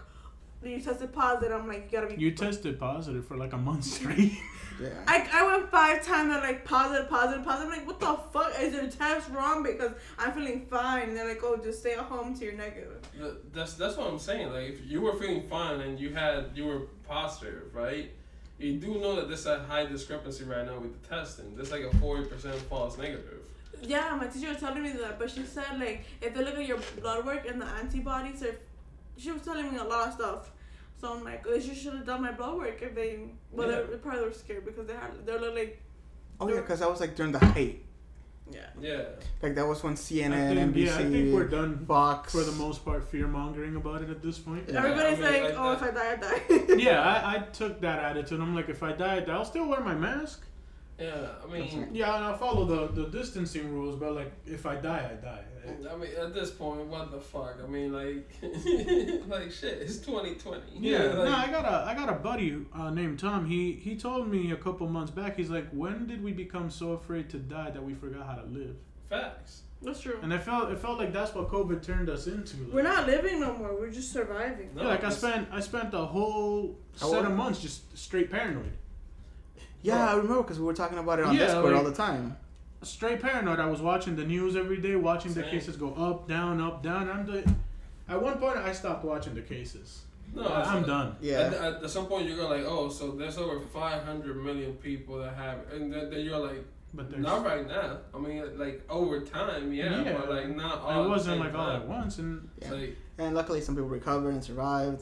you tested positive. I'm like, you gotta be.
you tested positive for like a month straight.
Yeah.
I, I went five times and like positive, positive, positive. I'm like, what the fuck? Is your test wrong? Because I'm feeling fine. And they're like, oh, just stay at home to your negative.
Th- That's that's what I'm saying. Like if you were feeling fine and you had you were positive, right? You do know that there's a high discrepancy right now with the testing. There's like a forty percent false negative.
Yeah, my teacher was telling me that, but she said like if they look at your blood work and the antibodies, if she was telling me a lot of stuff. So I'm like, they should have done my blood work if they. Well,
Yeah.
they, they probably were scared because they had they're like
Oh yeah, because that was like during the height.
yeah.
Yeah.
Like that was when CNN,
I think,
NBC,
yeah, I think we're done
Fox.
for the most part fear mongering about it at this point.
Yeah.
Everybody's
I mean,
like,
like
oh, if I
that-
die, I die.
yeah, I, I took that attitude. I'm like, if I die, I die. I'll still wear my mask.
Yeah. I mean,
Yeah, and I'll follow the, the distancing rules, but like, if I die, I die.
I mean, at this point, what the fuck? I mean, like, like shit. It's 2020.
Yeah,
Like,
no, I got a I got a buddy uh, named Tom. He he told me a couple months back. He's like, when did we become so afraid to die that we forgot how to live?
facts.
That's true.
And I felt it felt like that's what COVID turned us into. Like,
We're not living no more. We're just surviving.
No,
Yeah, like I
it's-
spent I spent the whole
How
set of
old-
months just straight paranoid.
yeah, I remember because we were talking about it on
Yeah,
Discord
like-
all the time.
Straight paranoid. I was watching the news every day, watching the
Same.
cases go up, down, up, down. I'm the, at one point I stopped watching the cases.
No,
I-
it's-
I'm done.
At,
Yeah.
at, at some point, you're gonna like, oh, so there's over 500 million people that have, and then, then you're like,
But there's
not right now. I mean, like over time, yeah,
Yeah.
but like not all. at
it
the
wasn't
same
like all
time.
at once, and
It's Like,
And luckily, some people recovered and survived.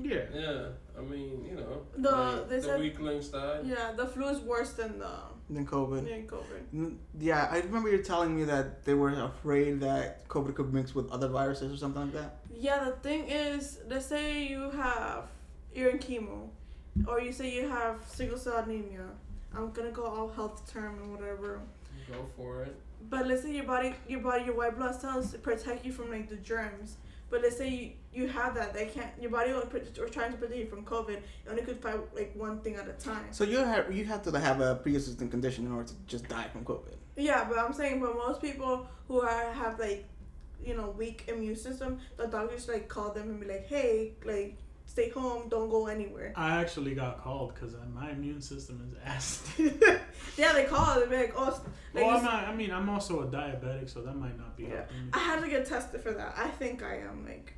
yeah.
yeah, I mean, you know,
The-
like,
they
the
said-
weak links died.
Yeah, the flu is worse than the
Then COVID.
than COVID.
Mm, Yeah, I remember you telling me that they were afraid that COVID could mix with other viruses or something like that.
Yeah, the thing is, let's say you have you're in chemo, or you say you have sickle cell anemia. I'm gonna go all health term and whatever.
Go for it.
But let's say your body, your body, your white blood cells protect you from like the germs. But let's say you, you have that, they can't. Your body only protect, or trying to protect you from COVID. It only could fight like one thing at a time.
So you have you have to have a pre-existing condition in order to just die from COVID.
Yeah, but I'm saying, but most people who are have like, you know, weak immune system, the doctors like call them and be like, hey, like, stay home, don't go anywhere.
I actually got called because my immune system is ass.
yeah, they call it. They're like, oh, s- like,
Well, I'm
it's-
not, I mean, I'm also a diabetic, so that might not be
Yeah.
helping me.
I had to get tested for that. I think I am. Like,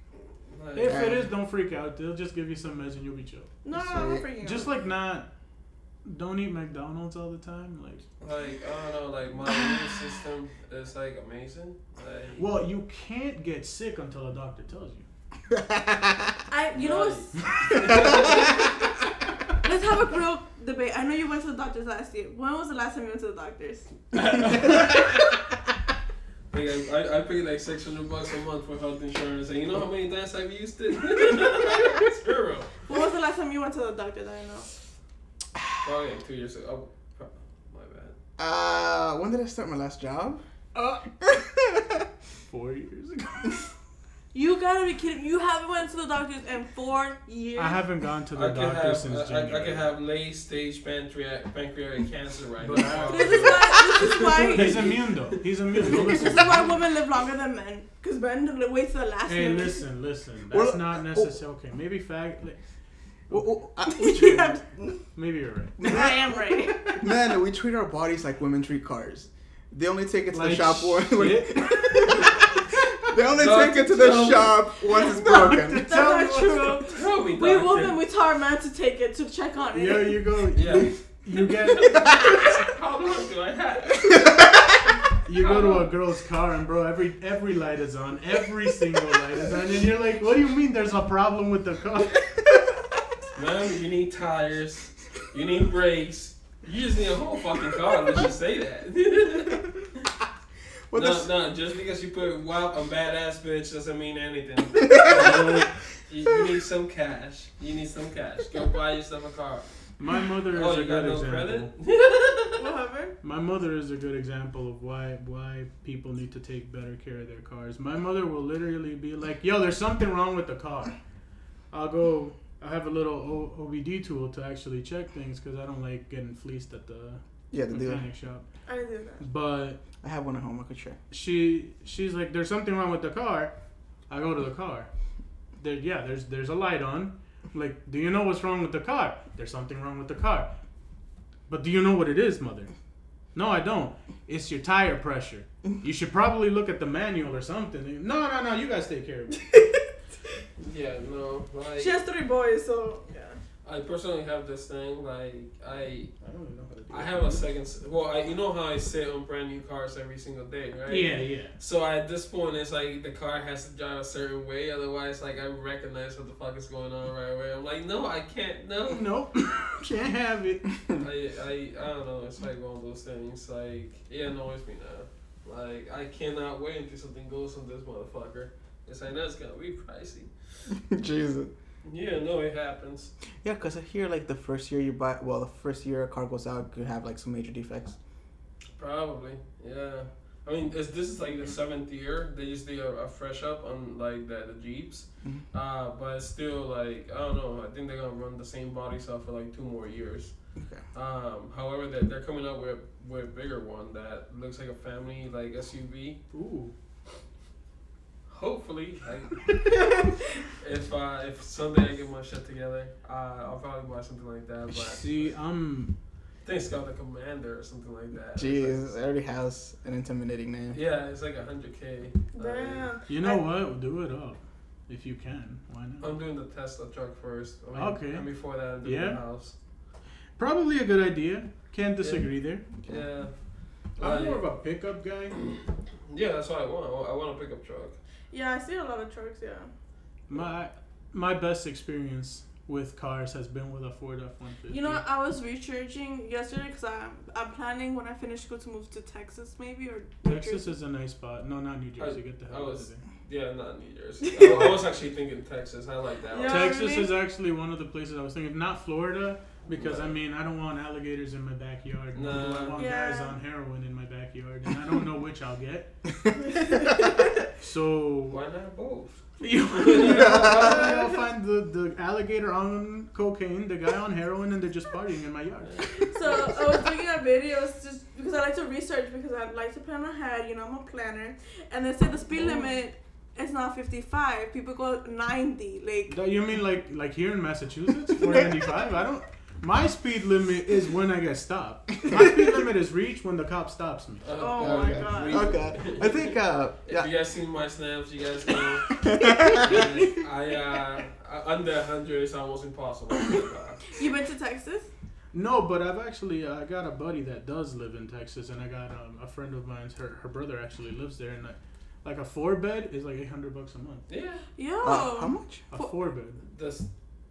Like,
If it
Yeah.
is, don't freak out. They'll just give you some meds and you'll be chill.
no, no,
So
I'm
it-
freaking
Just
out.
like not, don't eat McDonald's all the time. Like,
like I don't know, like my immune system is like amazing. Like,
well, you can't get sick until a doctor tells you.
I, you know, what's- let's have a real debate. I know you went to the doctors last year. When was the last time you went to the doctors?
like I, I- I pay like six hundred bucks a month for health insurance, and you know how many times I've used it? Zero.
When was the last time you went to the doctor? That I know.
Probably like two years ago. Oh, my bad.
Uh, when did I start my last job?
Uh.
Four years ago.
You gotta be kidding. You haven't went to the doctors in four years.
I haven't gone to the
I could
doctor
have
since
I, I, I
January.
could have late stage pancreatic pancreatic cancer right
But-
now.
This is why. This is why.
He's immune though. He's immune. Don't
This is
listen.
why women live longer than men. Cause men li- wait till the last
Hey,
minute.
listen, listen.
Well,
That's not necessary. Okay, maybe fag. like,
Well, well, I- uh, we treat-
Yeah,
Maybe you're right.
I am right.
man, we treat our bodies like women treat cars. They only take it to the
Like
shop when, when-
shit.
they only
Doctor,
take it to the
tell me.
shop once it's broken.
That's not true.
Tell me,
We
doctor.
women, we tell our men to take it to check on it.
Yo, you go.
Yeah.
You get.
How long do I have?
You go to a girl's car and bro, every every light is on, every single light is on, and you're like, what do you mean? There's a problem with the car?
Man, you need tires. You need brakes. You just need a whole fucking car. Let's just say that.
What
no,
the?
no, just because you put WAP on badass bitch doesn't mean anything. you, know, you- you need some cash. You need some cash. Go buy yourself a car.
My mother is
Oh,
a
you
good
got no
example.
credit?
Whatever.
My mother is a good example of why why people need to take better care of their cars. My mother will literally be like, "Yo, there's something wrong with the car." I'll go. I have a little o- OBD tool to actually check things because I don't like getting fleeced at the
Yeah, the dude.
mechanic shop.
I do that.
But
I have one at home. I could share.
she she's like, "There's something wrong with the car." I go to the car. There, yeah, there's there's a light on. I'm like, do you know what's wrong with the car? There's something wrong with the car. But do you know what it is, mother? No, I don't. It's your tire pressure. You should probably look at the manual or something. No, no, no. You guys take care of it.
Yeah, no. Like,
She has three boys, so yeah.
I personally have this thing. Like, I
I don't really know how to do
I
it.
have a second. s- Well, I, you know how I sit on brand new cars every single day, right?
Yeah, yeah.
So at this point, it's like the car has to drive a certain way, otherwise, like I recognize what the fuck is going on right away. I'm like, no, I can't, no.
Nope, can't have it.
I, I, I don't know. It's like one of those things. Like it annoys me now. Like I cannot wait until something goes on this motherfucker. It's like that's gonna be pricey.
Jesus.
Yeah, no, it happens.
Yeah, because I hear like the first year you buy, well, the first year a car goes out, you have like some major defects.
Probably. Yeah. I mean, it's, this is like the seventh year. They just did a, a fresh up on like the, the jeeps,
Mhm.
uh, but it's still like I don't know. I think they're gonna run the same body style for like two more years.
Okay.
Um, however, they're, they're coming up with with a bigger one that looks like a family like SUV.
Ooh,
Hopefully, like, if uh, if someday I get my shit together, uh, I'll probably buy something like that. But
see, um, I'm
I think it's called the Commander or something like that.
Jesus, it already has an intimidating name.
Yeah, it's like hundred k.
Damn.
You know what? Do it up if you can. Why not?
I'm doing the Tesla truck first. I
Okay.
And before that, I'm doing
Yeah.
the house.
Probably a good idea. Can't disagree there.
Yeah.
I'm
Like-
more of a pickup guy.
yeah, that's what I want. I want- I want a pickup truck.
Yeah, I see a lot of trucks. Yeah.
My my best experience with cars has been with a Ford F one fifty.
You know, I was researching yesterday because I'm I'm planning when I finish school to move to Texas maybe or New
Texas
Jersey.
is a nice spot. No, not New Jersey. Get the
I
hell out
was-
of there.
Yeah, not New Jersey. I, I was actually thinking Texas. I like that.
Yeah,
one.
Texas
really?
is actually one of the places I was thinking. Not Florida, because I mean, I don't want alligators in my backyard. nor do I
Nah.
want
Yeah.
guys on heroin in my backyard, and I don't know which I'll get. So
Why not both?
you I'll find the, the alligator on cocaine, the guy on heroin, and they're just partying in my yard.
So I was looking at videos just because I like to research because I like to plan ahead. You know, I'm a planner, and they say the speed
Oh.
limit is not 55. People go 90. Like
That- You mean like like here in Massachusetts, 495? I don't. My speed limit is when I get stopped. My speed limit is reached when the cop stops me.
Oh
God.
my God.
We-
Oh god. I think, uh,
Uh, If
yeah.
you guys seen my snaps, you guys know I uh, uh, under 100 is almost impossible.
you went to Texas?
Uh,
No, but I've actually I got a buddy that does live in Texas, and I got um, a friend of mine's her her brother actually lives there, and like, like a four bed is like 800 bucks a month.
yeah,
Yo.
Uh, how much?
A
Four-
four bed,
that's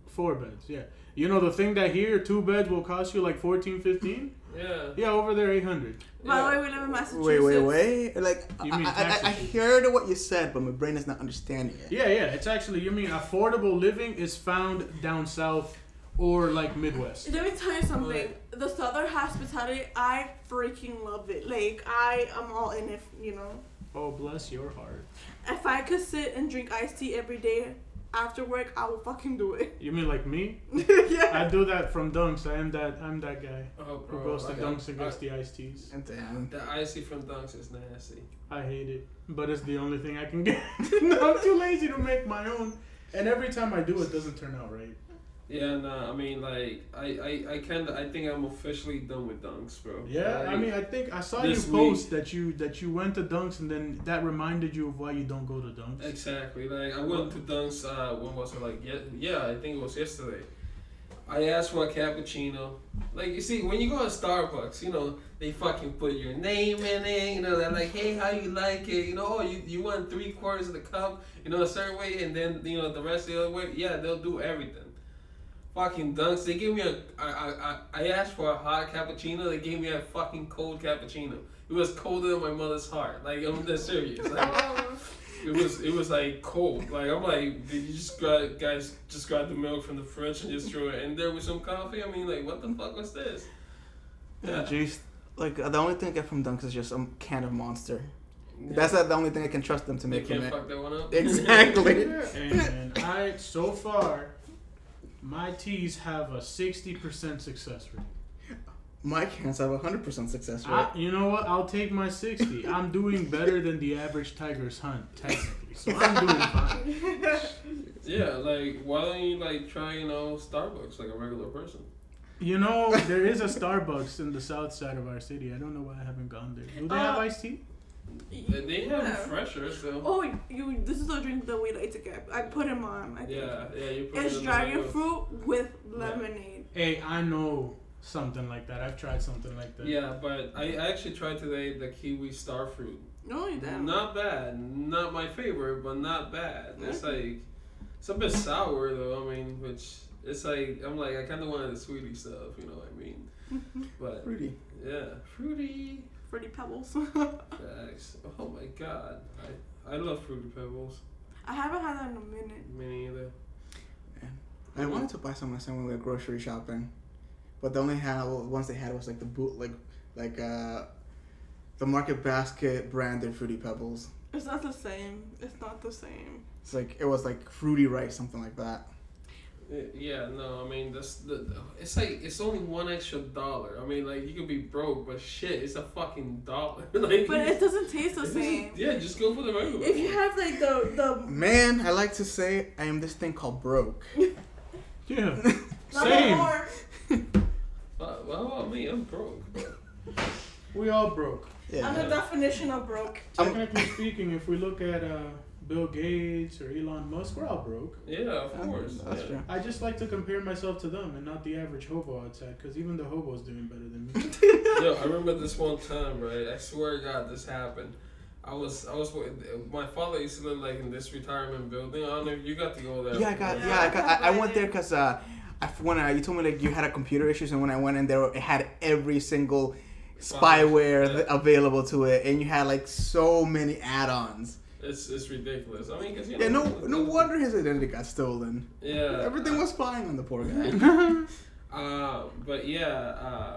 four beds, yeah. You know the thing that here two beds will cost you like 14, 15?
yeah.
Yeah, over there 800.
By the
yeah.
way, we live in Massachusetts.
Wait, wait, wait. Like,
You
I,
mean
I, I, I
Texas.
heard what you said, but my brain is not understanding it.
Yeah, yeah. It's actually you mean affordable living is found down south or like Midwest.
Let me tell you something. The Southern hospitality, I freaking love it. Like I am all in it. You know,
Oh, bless your heart.
if I could sit and drink iced tea every day after work, I would fucking do it.
You mean like me?
yeah.
I do that from dunks. I am that. I'm that guy
Oh,
who
bro,
goes to
like,
dunks
I-
against the iced teas.
I-
Damn.
the icy from dunks is nasty.
I hate it, but it's the only thing I can get. I'm too lazy to make my own, and every time I do, it doesn't turn out right.
Yeah, nah. I mean, like, I, I, I kind of, I think I'm officially done with dunks, bro.
Yeah, I
Like,
mean, I think I saw you
This
post that you that you went to dunks, and then that reminded you of why you don't go to dunks.
Exactly. Like I went to Dunks. Uh, when was it? Like yeah, yeah, I think it was yesterday. I asked for a cappuccino. Like you see, when you go to Starbucks, you know they fucking put your name in it. You know they're like, hey, how you like it? You know, oh, you, you want three quarters of the cup, you know, a certain way, and then you know the rest the other way. Yeah, they'll do everything. fucking dunks. They gave me a. I, I, I I asked for a hot cappuccino. They gave me a fucking cold cappuccino. It was colder than my mother's heart. Like I'm that serious. Like, it was it was like cold. Like I'm like, did you just got guys just grab the milk from the fridge and just threw it in there with some coffee? I mean, like what the fuck was this?
Yeah,
Yeah.
jeez. Like uh, the only thing I get from Dunks is just a can of Monster. That's not the only thing I can trust them to
They
make from
can't
it.
fuck that one up.
Exactly.
And I so far, my teas have a sixty percent success rate.
My cans have a hundred percent success rate.
I, you know what? I'll take my sixty. I'm doing better than the average tiger's hunt technically, so I'm doing fine.
yeah, like why don't you like try you know Starbucks like a regular person?
You know, there is a Starbucks in the south side of our city. I don't know why I haven't gone there. Do they have
Uh,
iced tea?
They, they have
Yeah.
refreshers so.
Oh, you. This is a drink that we like to get. I put him on. I think.
Yeah, yeah, you put it
It's
in
dragon
the
fruit with lemonade.
Hey, I know something like that. I've tried something like that.
Yeah, but I I actually tried today the kiwi starfruit.
No, you didn't.
Not bad. Not my favorite, but not bad. It's like it's a bit sour though. I mean, which it's like I'm like I kind of wanted the sweetie stuff. You know what I mean? But
Fruity.
yeah, fruity.
Fruity pebbles.
Facts. Oh my god, I I love fruity pebbles.
I haven't had that in a minute.
Me neither.
I wanted to buy some last time when we were grocery shopping, but the only had ones they had was like the boot like like uh the Market Basket branded Fruity Pebbles.
It's not the same. It's not the same.
It's like it was like fruity rice, something like
Y-
that.
Eh, Yeah, no, I mean that's the. It's like it's only one extra dollar. I mean, like you could be broke, but shit, it's a fucking dollar. like,
But it doesn't taste the
it doesn't-
same.
Yeah, just go for the regular.
If you have like the the
Man, I like to say I am this thing called broke.
Yeah.
not the
Same.
more-
Well, well, I mean, I'm broke.
We all broke.
I'm
Yeah.
the definition of broke.
I'm-
Technically speaking, if we look at uh, Bill Gates or Elon Musk, we're all broke.
Yeah, of course.
That's
yeah.
true.
I just like to compare myself to them and not the average hobo outside, because even the hobo's doing better than me.
Yo, I remember this one time, right? I swear to God, this happened. I was, I was. My father used to live like in this retirement building. I don't know if you got to go there.
Yeah, I got.
Yeah,
Yeah,
I
I got. I, I
got
went
it.
there because uh, I f- when I, you told me like you had a computer issues, and when I went in there, it had every single spyware
Yeah.
th- available to it, and you had like so many add-ons.
It's it's ridiculous. I mean, 'cause, you
Yeah, no,
know,
no wonder his identity got stolen.
Yeah,
Everything was spying on the poor guy.
Uh, but yeah, uh,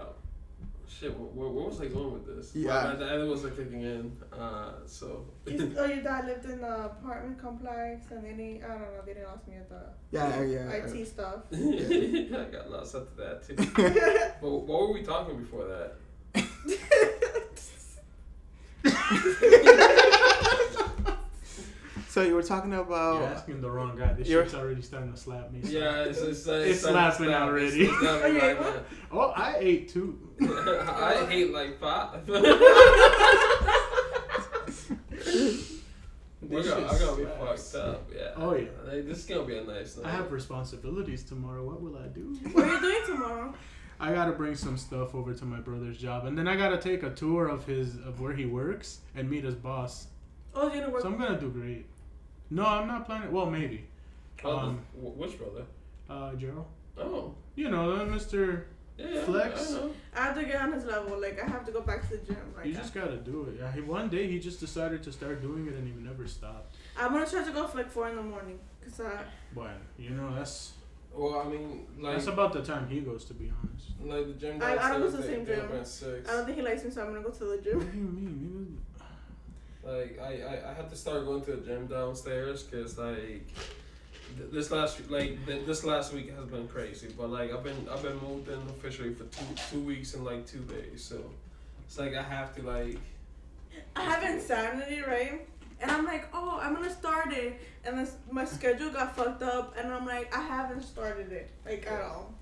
shit. Where, where was I going with this?
Yeah.
Well, I, I wasn't kicking in. Uh, so.
His- oh, your dad lived in the apartment complex, and then he, I don't know, they didn't ask me at the
Yeah, yeah.
IT stuff.
I got lost after that too. But what were we talking before that?
So you were talking about.
You're asking the wrong guy. This
Oh. You're-
shit's already starting to slap me. so-
Yeah, it's it's, like,
It's
like-
laughing
it's-
already.
It's, laughing
Okay,
right
what?
now.
Oh, I ate too.
I hate like five. We're
This
gonna,
shit
I'm gonna be
slaps.
fucked up. Yeah.
Oh, yeah.
Like, this is gonna be a nice night.
I have responsibilities tomorrow. What will I do?
what are you doing tomorrow?
I gotta bring some stuff over to my brother's job, and then I gotta take a tour of his of where he works and meet his boss.
Oh, you're gonna work.
So I'm gonna do great. No, I'm not planning. Well, maybe.
Oh,
um,
wh- which brother?
Uh, Gerald.
Oh.
You know, uh, Mr.
Yeah, yeah,
Flex.
I know.
I have to get on his level. Like I have to go back to the gym. Like
You just gotta do it. Yeah, he- One day he just decided to start doing it and he never stopped.
I'm gonna try to go for like four in the morning, cause uh,
But you know, that's
Well, I mean, like,
that's about the time he goes. To be honest.
like the gym.
I- I
guy
don't go
says
to the
they-
same
they
gym.
open at six.
I don't think he likes me, so I'm gonna go to the
What
gym.
do you mean?
Like I, I, I had to start going to a gym downstairs because like th- this last like th- this last week has been crazy. But like I've been I've been moved in officially for two two weeks and like two days. So it's like I have to like
I have insanity, right? And I'm like, oh, I'm gonna start it, and then s- my schedule got fucked up, and I'm like, I haven't started it like at all.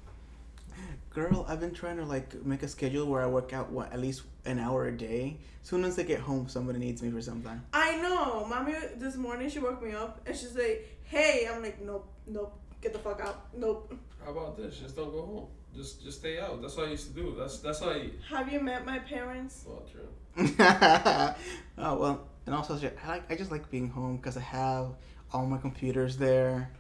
Girl, I've been trying to like make a schedule where I work out what at least an hour a day. Soon as I get home, somebody needs me for something.
I know, mommy. This morning she woke me up, and she's like, hey, I'm like, nope, nope, get the fuck out, nope.
how about this? Just don't go home. Just just stay out. That's what I used to do. That's that's how I.
Have you met my parents?
Well, true.
oh well, and also I like I just like being home because I have all my computers there.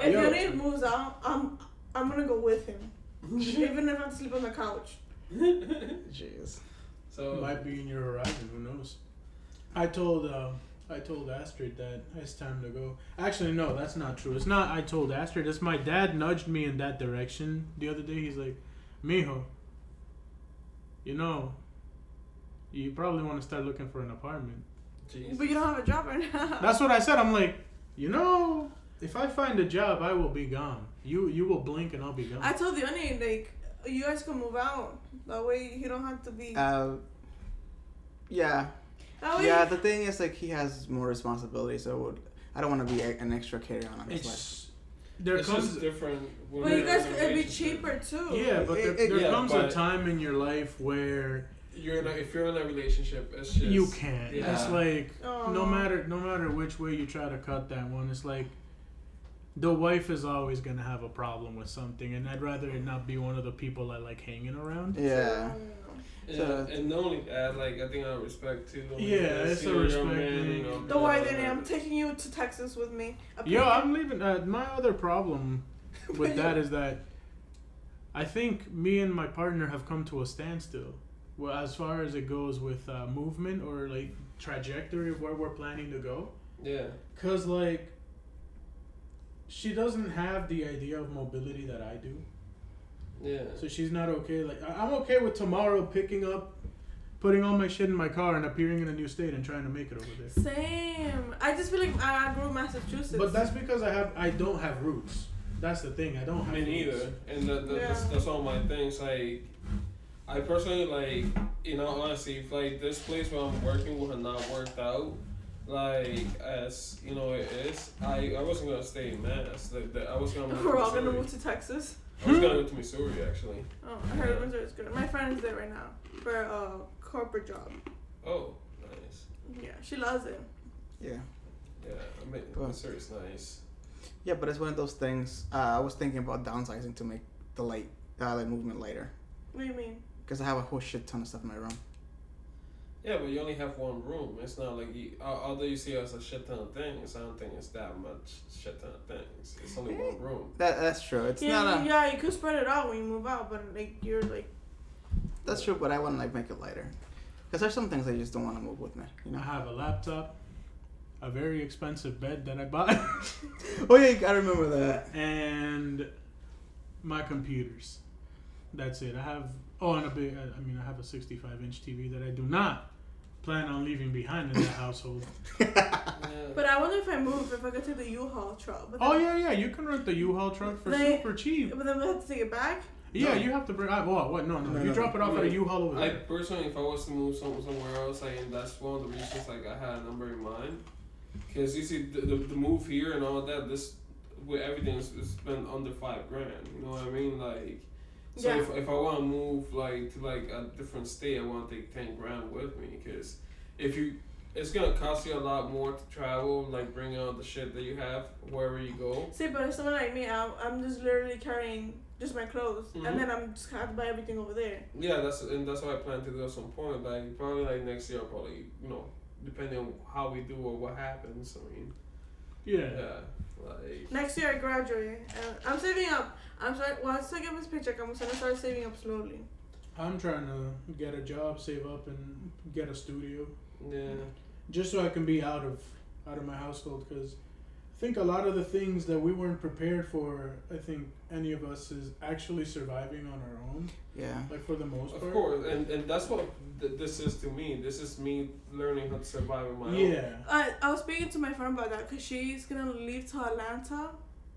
If
Yo.
Yoni moves out, I'm I'm gonna go with him, even if I have to sleep on the couch.
Jeez.
so
Might be in your horizon. Who knows? I told uh, I told Astrid that it's time to go. Actually, no, that's not true. It's not. I told Astrid. It's my dad nudged me in that direction the other day. He's like, "Mijo, you know, you probably want to start looking for an apartment."
Jesus.
But you don't have a job right now.
That's what I said. I'm like, you know, if I find a job, I will be gone. You you will blink and I'll be gone.
I told the onion like you guys can move out. That way you don't have to be.
Uh, yeah.
that way
Yeah, the thing is, like, he has more responsibility, so it would, I don't want to be a, an extra carry on on his life.
it's there
it's
comes
just different. when
Well, you
you're
guys,
in a
it'd be
relationship.
cheaper too.
yeah, but there,
It- it-
there
yeah,
comes a
but-
time in your life where
You're in a, if you're in a relationship, it's just
you can't.
yeah.
It's like
Aw.
no matter no matter which way you try to cut that one, it's like the wife is always gonna have a problem with something, and I'd rather it not be one of the people I like hanging around.
Yeah.
And,
So-
and not only that, like I think I respect too. Like,
uh, Yeah,
I
it's
see
a
you're
respect
man,
thing.
you know,
Don't worry,
uh,
Danny. I'm taking you to Texas with me. A
Yo,
picnic.
I'm leaving. Uh, my other problem with that is that I think me and my partner have come to a standstill. Well, as far as it goes with uh, movement or like trajectory of where we're planning to go,
Yeah.
Cause like she doesn't have the idea of mobility that I do.
Yeah.
So she's not okay. Like I- I'm okay with tomorrow picking up, putting all my shit in my car and appearing in a new state and trying to make it over there.
Same. I just feel like I I grew up in Massachusetts.
But that's because I have I don't have roots. That's the thing. I don't have
Me
roots.
neither. And that, that, that's,
Yeah.
that's all my things. Like, I personally, like, you know, honestly, if, like, this place where I'm working would have not worked out, like, as, you know, it is, I, I wasn't going to stay in Mass. Like, that- I was going to move
we're
to
all
Missouri.
gonna move to Texas.
I was going to move to Missouri, actually.
Oh, I heard Windsor is good. My friend is there right now for a corporate job.
Oh, nice.
Yeah, she loves it.
Yeah.
Yeah, I mean,
Cool.
Missouri's nice.
Yeah, but it's one of those things. Uh, I was thinking about downsizing to make the light, uh, like movement lighter.
What do you mean?
Because I have a whole shit ton of stuff in my room.
Yeah, but you only have one room. It's not like you, al- although you see us a shit ton of things, I don't think it's that much shit ton of things. It's only one room.
That That's true. It's
yeah,
not uh,
you-
a.
yeah, you could spread it out when you move out, but like you're like
That's true, but I want to, like, make it lighter. Because there's some things I just don't want to move with me, you
I
know?
have a laptop, a very expensive bed that I bought,
Oh, yeah, I remember that.
and my computers. That's it. I have oh, and a big. I I mean, I have a 65 inch TV that I do not plan on leaving behind in the household.
Yeah.
But I wonder if I move if I could take the U-Haul truck. But
Oh
then-
yeah, yeah. You can rent the U-Haul truck for
They-
super cheap.
But then we have to take it back.
Yeah,
No.
you have to bring. I, well, what? No, no.
No,
you
no,
drop it off
no.
at a U-Haul over
I
there.
personally, if I was to move some, somewhere else, like, and that's one of the reasons, like, I had a number in mind. Because you see, the, the, the move here and all that, this, with everything, is is spent under five grand. You know what I mean? Like, so
Yeah.
if, if I want to move, like, to, like, a different state, I want to take 10 grand with me. Because if you, it's going to cost you a lot more to travel, like, bring out the shit that you have wherever you go.
See, but if someone like me, I'm, I'm just literally carrying just my clothes,
Mhm.
and then I'm just gonna have to buy everything over there.
Yeah, that's, and that's what I plan to do at some point. Like, probably, like, next year, probably, you know, depending on how we do or what happens. I mean,
Yeah.
Yeah, like
Next year I graduate, and I'm saving up. I'm start, once I get my paycheck, I'm gonna start saving up slowly.
I'm trying to get a job, save up, and get a studio,
yeah,
just so I can be out of out of my household. Because I think a lot of the things that we weren't prepared for, I think any of us is actually surviving on our own,
Yeah.
like for the most
of
part.
course, and and that's what th- this is to me. This is me learning how to survive on my own.
Yeah.
I, I was speaking to my friend about that because she's gonna leave to Atlanta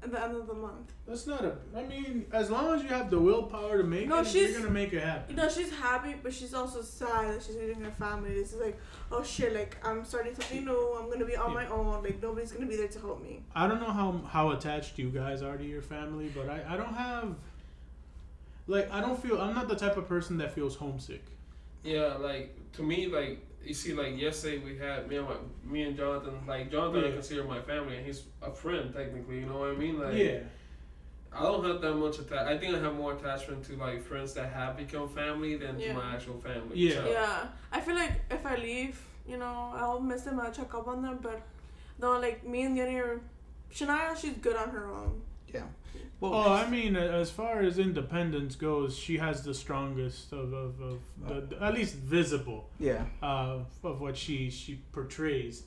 at the end of the month.
That's not a. I mean, as long as you have the willpower to make
No,
it,
she's-
you're gonna make it happen.
You know, she's happy, but she's also sad that she's leaving her family. This is like, oh shit, like I'm starting something new. I'm gonna be on my own. Like nobody's gonna be there to help me.
I don't know how how attached you guys are to your family, but I, I don't have like I don't feel I'm not the type of person that feels homesick.
yeah. Like to me, like you see, like yesterday we had me and my, me and Jonathan. Like Jonathan, I
Yeah.
consider my family, and he's a friend technically. You know what I mean? Like
yeah.
I don't have that much attachment. I think I have more attachment to like friends that have become family than to
Yeah.
my actual family.
Yeah.
So,
Yeah, I feel like if I leave, you know, I'll miss them. I'll check up on them, but no, like me and Yanni are. Shania, she's good on her own.
Yeah.
Oh,
Well,
I mean, a- as far as independence goes, she has the strongest of, of, of the, the- at least visible
yeah.
uh, of what she she portrays.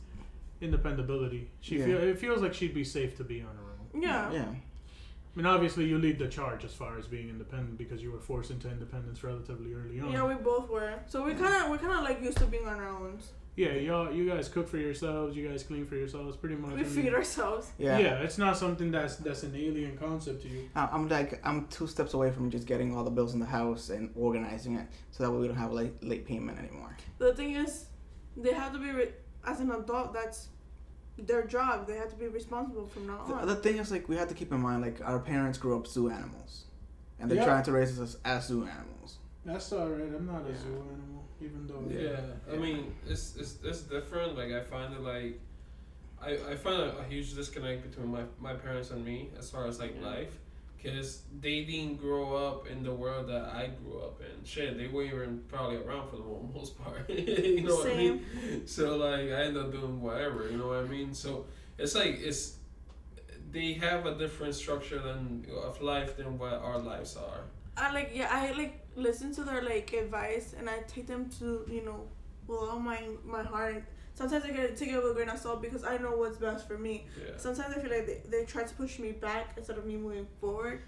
Independability. She
Yeah.
feel, it feels like she'd be safe to be on her own.
Yeah.
Yeah.
I mean, obviously, you lead the charge as far as being independent because you were forced into independence relatively early on.
Yeah, we both were. So we kind of we're kind of like used to being on our own.
Yeah, y'all, you guys cook for yourselves. You guys clean for yourselves. Pretty much. I
We
mean,
feed ourselves.
Yeah.
yeah, it's not something that's that's an alien concept to you.
I- I'm like I'm two steps away from just getting all the bills in the house and organizing it, so that way we don't have late late payment anymore.
The thing is, they have to be re- as an adult. That's their job. They have to be responsible from now
The
on.
other thing is like we have to keep in mind like our parents grew up zoo animals, and they're
Yeah.
trying to raise us as zoo animals.
That's all right. I'm not a
Yeah.
zoo animal, even though.
Yeah, I
Yeah.
mean, it's, it's it's different. Like I find it like, I I find a, a huge disconnect between my my parents and me as far as like
Yeah.
life, cause they didn't grow up in the world that I grew up in. Shit, they weren't even probably around for the mo- most part. you know what I mean? So like I end up doing whatever, you know what I mean? So it's like it's they have a different structure than of life than what our lives are.
I like yeah, I like listen to their like advice and I take them to you know, with all my my heart. Sometimes I get to take it with a grain of salt because I know what's best for me.
Yeah.
Sometimes I feel like they, they try to push me back instead of me moving forward.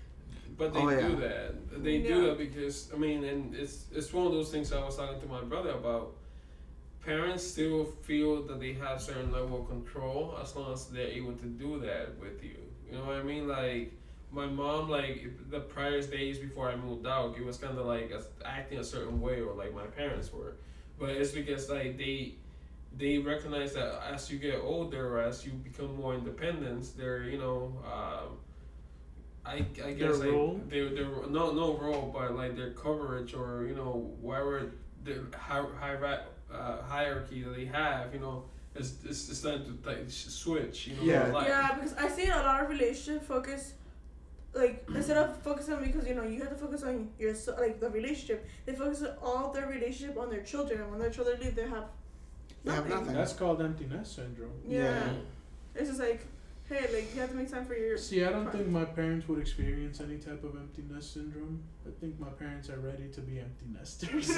But they
Oh, yeah.
do that. They do
Yeah.
that because I mean, and it's it's one of those things I was talking to my brother about. Parents still feel that they have certain level of control as long as they're able to do that with you. You know what I mean? Like my mom, like the prior days before I moved out, it was kind of like as- acting a certain way, or like my parents were. But it's because like they they recognize that as you get older, as you become more independent, they're you know, um, I, I guess like,
role?
Their, their no no role, but like their coverage or you know whatever the hi- hi- uh, hierarchy that they have, you know, it's it's, it's time to like, sh- switch. You know,
Yeah.
like-
yeah, because I see a lot of relationship focus, like instead of focusing on because you know you have to focus on your so- like the relationship. They focus on all their relationship on their children, and when their children leave, they have
They have nothing.
That's called empty nest syndrome.
yeah.
Yeah.
It's just like, hey, like you have to make time for your.
See, I don't think my parents would experience any type of empty nest syndrome. I think my parents are ready to be empty nesters.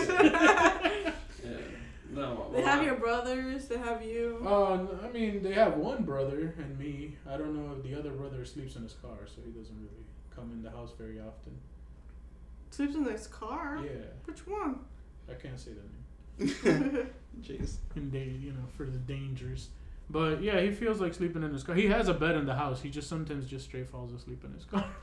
yeah. No,
They have
my-
your brothers. They have
Oh.
you.
Um, I mean, they have one brother and me. I don't know if the other brother sleeps in his car, so he doesn't really come in the house very often.
Sleeps in this car.
Yeah,
Which one?
I can't say the name.
Jeez.
And they, you know, for the dangers. But yeah, he feels like sleeping in his car. He has a bed in the house. He just sometimes just straight falls asleep in his car.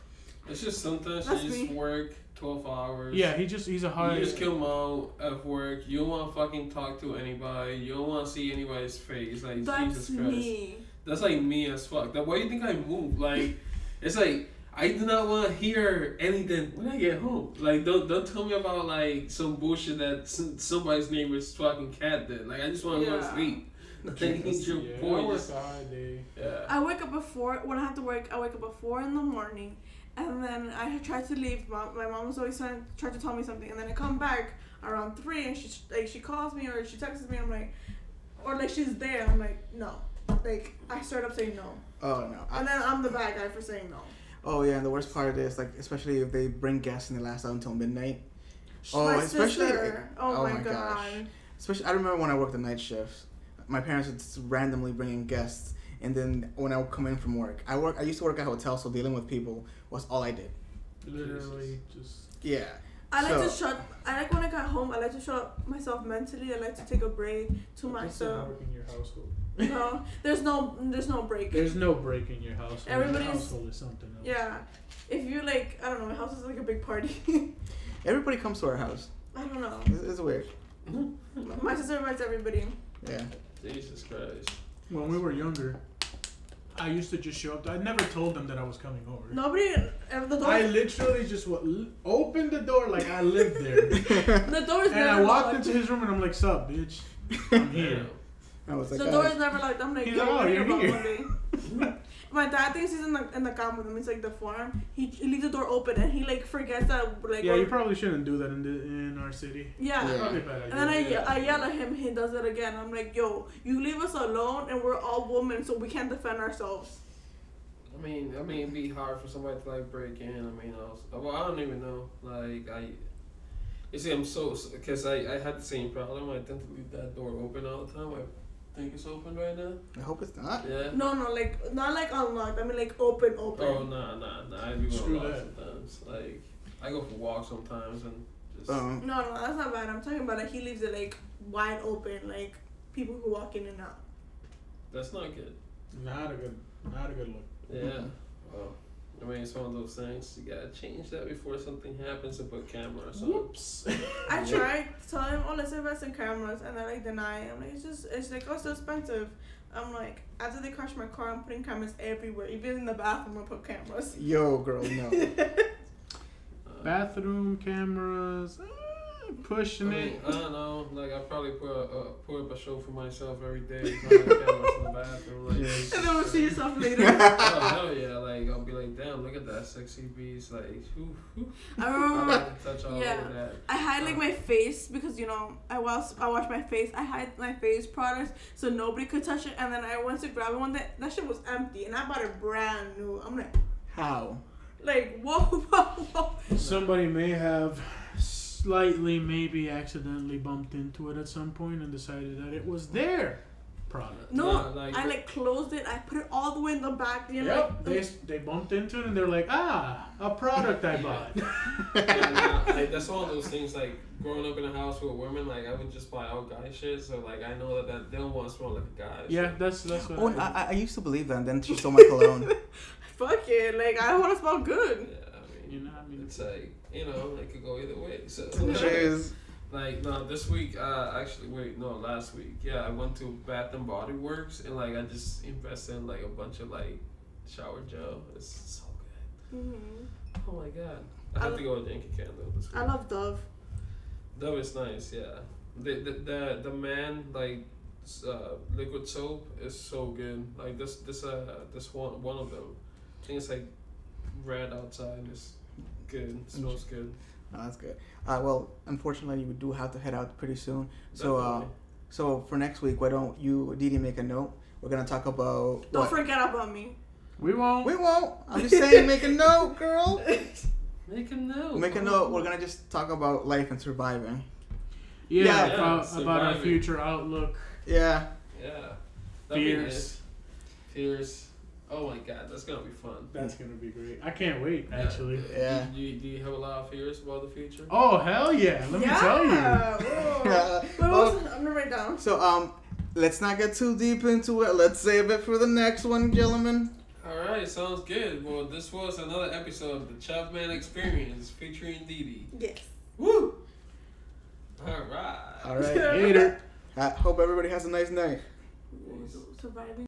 It's just sometimes
That's
you just
me.
work twelve hours.
yeah, he just he's a hard.
You just come out of work. You don't want to fucking talk to anybody. You don't want to see anybody's face. Like
That's
Jesus Christ.
me.
That's like me as fuck. That why you think I move? Like, it's like I do not want to hear anything when I get home. Like, don't don't tell me about like some bullshit that s- somebody's neighbor's fucking cat did. Like, I just want to go to
Yeah.
sleep. Like,
Jesus,
your
yeah, I
point.
work
Just-
a hard day.
yeah.
I wake up at four. When I have to work, I wake up at four in the morning, and then I try to leave. Mom, my mom was always trying try to tell me something, and then I come back around three, and she like she calls me or she texts me. I'm like, or like she's there. I'm like, no. Like I start up saying no,
Oh no. I-
and then I'm the bad guy for saying no.
oh yeah. And the worst part is like especially if they bring guests and they last out until midnight. Oh,
my
especially-
sister. Oh,
oh
my,
my
god.
gosh. Especially I remember when I worked the night shifts. My parents would just randomly bring in guests, and then when I would come in from work, I work. I used to work at hotels, so dealing with people was all I did.
Literally, just
Yeah.
I like
So-
to shut. I like when I got home. I like to shut up myself mentally. I like to take a break to
That's not
myself.
work in your household.
no, there's no, there's no break.
There's no break in your household.
Everybody's-
your household is something else.
yeah, if you like, I don't know. My house is like a big party.
Everybody comes to our house.
I don't know.
It's, it's weird.
My sister invites everybody.
Yeah.
Jesus Christ.
When we were younger, I used to just show up. I never told them that I was coming over.
Nobody. And the door.
I literally just wa- l- opened the door like I lived there,
the door is
and
never
I walked
locked.
into his room and I'm like, "Sup, bitch? I'm here."
Damn.
I was like,
the
"Oh,
door is never locked. I'm like,
He's
yeah,
like, oh,
we're
you're
gonna
here.
go Monday. My dad thinks he's in the in the camp with him. It's like the farm. He, he leaves the door open and he like forgets that like.
Yeah, you
we're-
probably shouldn't do that in the in our city.
yeah.
Yeah.
Probably a bad
And then I,
idea.
ye- I yell at him, he does it again. I'm like, yo, you leave us alone and we're all women, so we can't defend ourselves.
I mean, I mean, it'd be hard for somebody to like break in. I mean, I was, well, I don't even know. Like, I, you see, I'm so because I, I had the same problem. I tend to leave that door open all the time. I think it's open right now.
I hope it's not.
Yeah.
No, no, like not like unlocked. I mean like open, open.
Oh no no no! I do
Screw
go walk
that.
sometimes. Like, I go for walks sometimes and just.
Uh-huh.
Um,
No, no, that's not bad. I'm talking about like he leaves it like wide open, like people who walk in and out.
That's not good.
Not a good, not a good look.
Yeah.
Mm-hmm.
Well, I mean, it's one of those things. You gotta change that before something happens and put cameras on.
Whoops.
I
Yeah.
tried to tell him, oh, let's invest in cameras, and I like deny. it. I'm like, it's just, it's like, oh, so expensive. I'm like, after they crash my car, I'm putting cameras everywhere, even in the bathroom, I put cameras.
Yo, girl, no.
Uh,
Bathroom cameras, ah,
I,
pushing
mean,
it.
I don't know. Like, I probably put a, uh, put up a show for myself every day. with my cameras in the bathroom. Like,
Yes.
and then we'll see yourself later.
Oh hell yeah! Like I'll be like, damn, look at that sexy beast. Like, ooh, ooh.
I
I
remember
like to touch all
Yeah.
over that.
I hide
Oh.
like my face because you know I wash I wash my face. I hide my face products so nobody could touch it. And then I went to grab it one that that shit was empty, and I bought it brand new. I'm like,
How?
like whoa, whoa, whoa.
Somebody may have slightly, maybe accidentally bumped into it at some point and decided that it was their product.
No,
Nah, like,
I like closed it. I put it all the way in the back. You know,
Yep, they, they bumped into it and they're like, ah, a product I bought.
Yeah, nah, like that's one of those things. Like growing up in a house with women, like I would just buy all guy shit. So like I know that, that they don't want to smell like a guy. so-
yeah, that's that's what.
Oh,
I
and
did.
I, I used to believe that, and then she stole my cologne.
fuck it. Like I want to smell
Yeah, I
good.
mean,
you know, I mean,
it's like you know, it could go either way. So
Jeez.
like no, this week, uh, actually, wait, no, last week, yeah, I went to Bath and Body Works and like I just invested in like a bunch of like shower gel. It's so good.
hmm
Oh my god, I have to go with Yankee Candle this week.
I love Dove.
That was nice, yeah. The the the, the man like s- uh, liquid soap is so good. Like this this uh this one one of them. I think it's like red outside. It's good. It smells good.
No, that's good. Uh, well, unfortunately, we do have to head out pretty soon. So, uh,
Definitely.
so for next week, why don't you, Didi, make a note? We're gonna talk about.
Don't
what?
forget about me.
we won't.
we won't. I'm just saying, make a note, girl.
make a note.
Make a note. We're gonna just talk about life and surviving.
yeah,
Yeah.
about,
Yeah,
about our
surviving.
future outlook.
Yeah.
Yeah. That'd be
Fears.
nice. Fears. Oh my god, that's gonna be fun.
That's gonna be great. I can't wait.
Yeah.
Actually.
Yeah.
Do, you, do you have a lot of fears about the future?
Oh hell yeah! Let me tell you. Oh.
tell
Uh,
Wait, what
well,
was, I'm gonna write down.
so, um, let's not get too deep into it. Let's save it for the next one, gentlemen.
All right, sounds good. Well, this was another episode of the Chubb Man Experience featuring Dee Dee.
Yes.
Woo! All right.
All right.
Later.
I hope everybody has a nice night.
Surviving.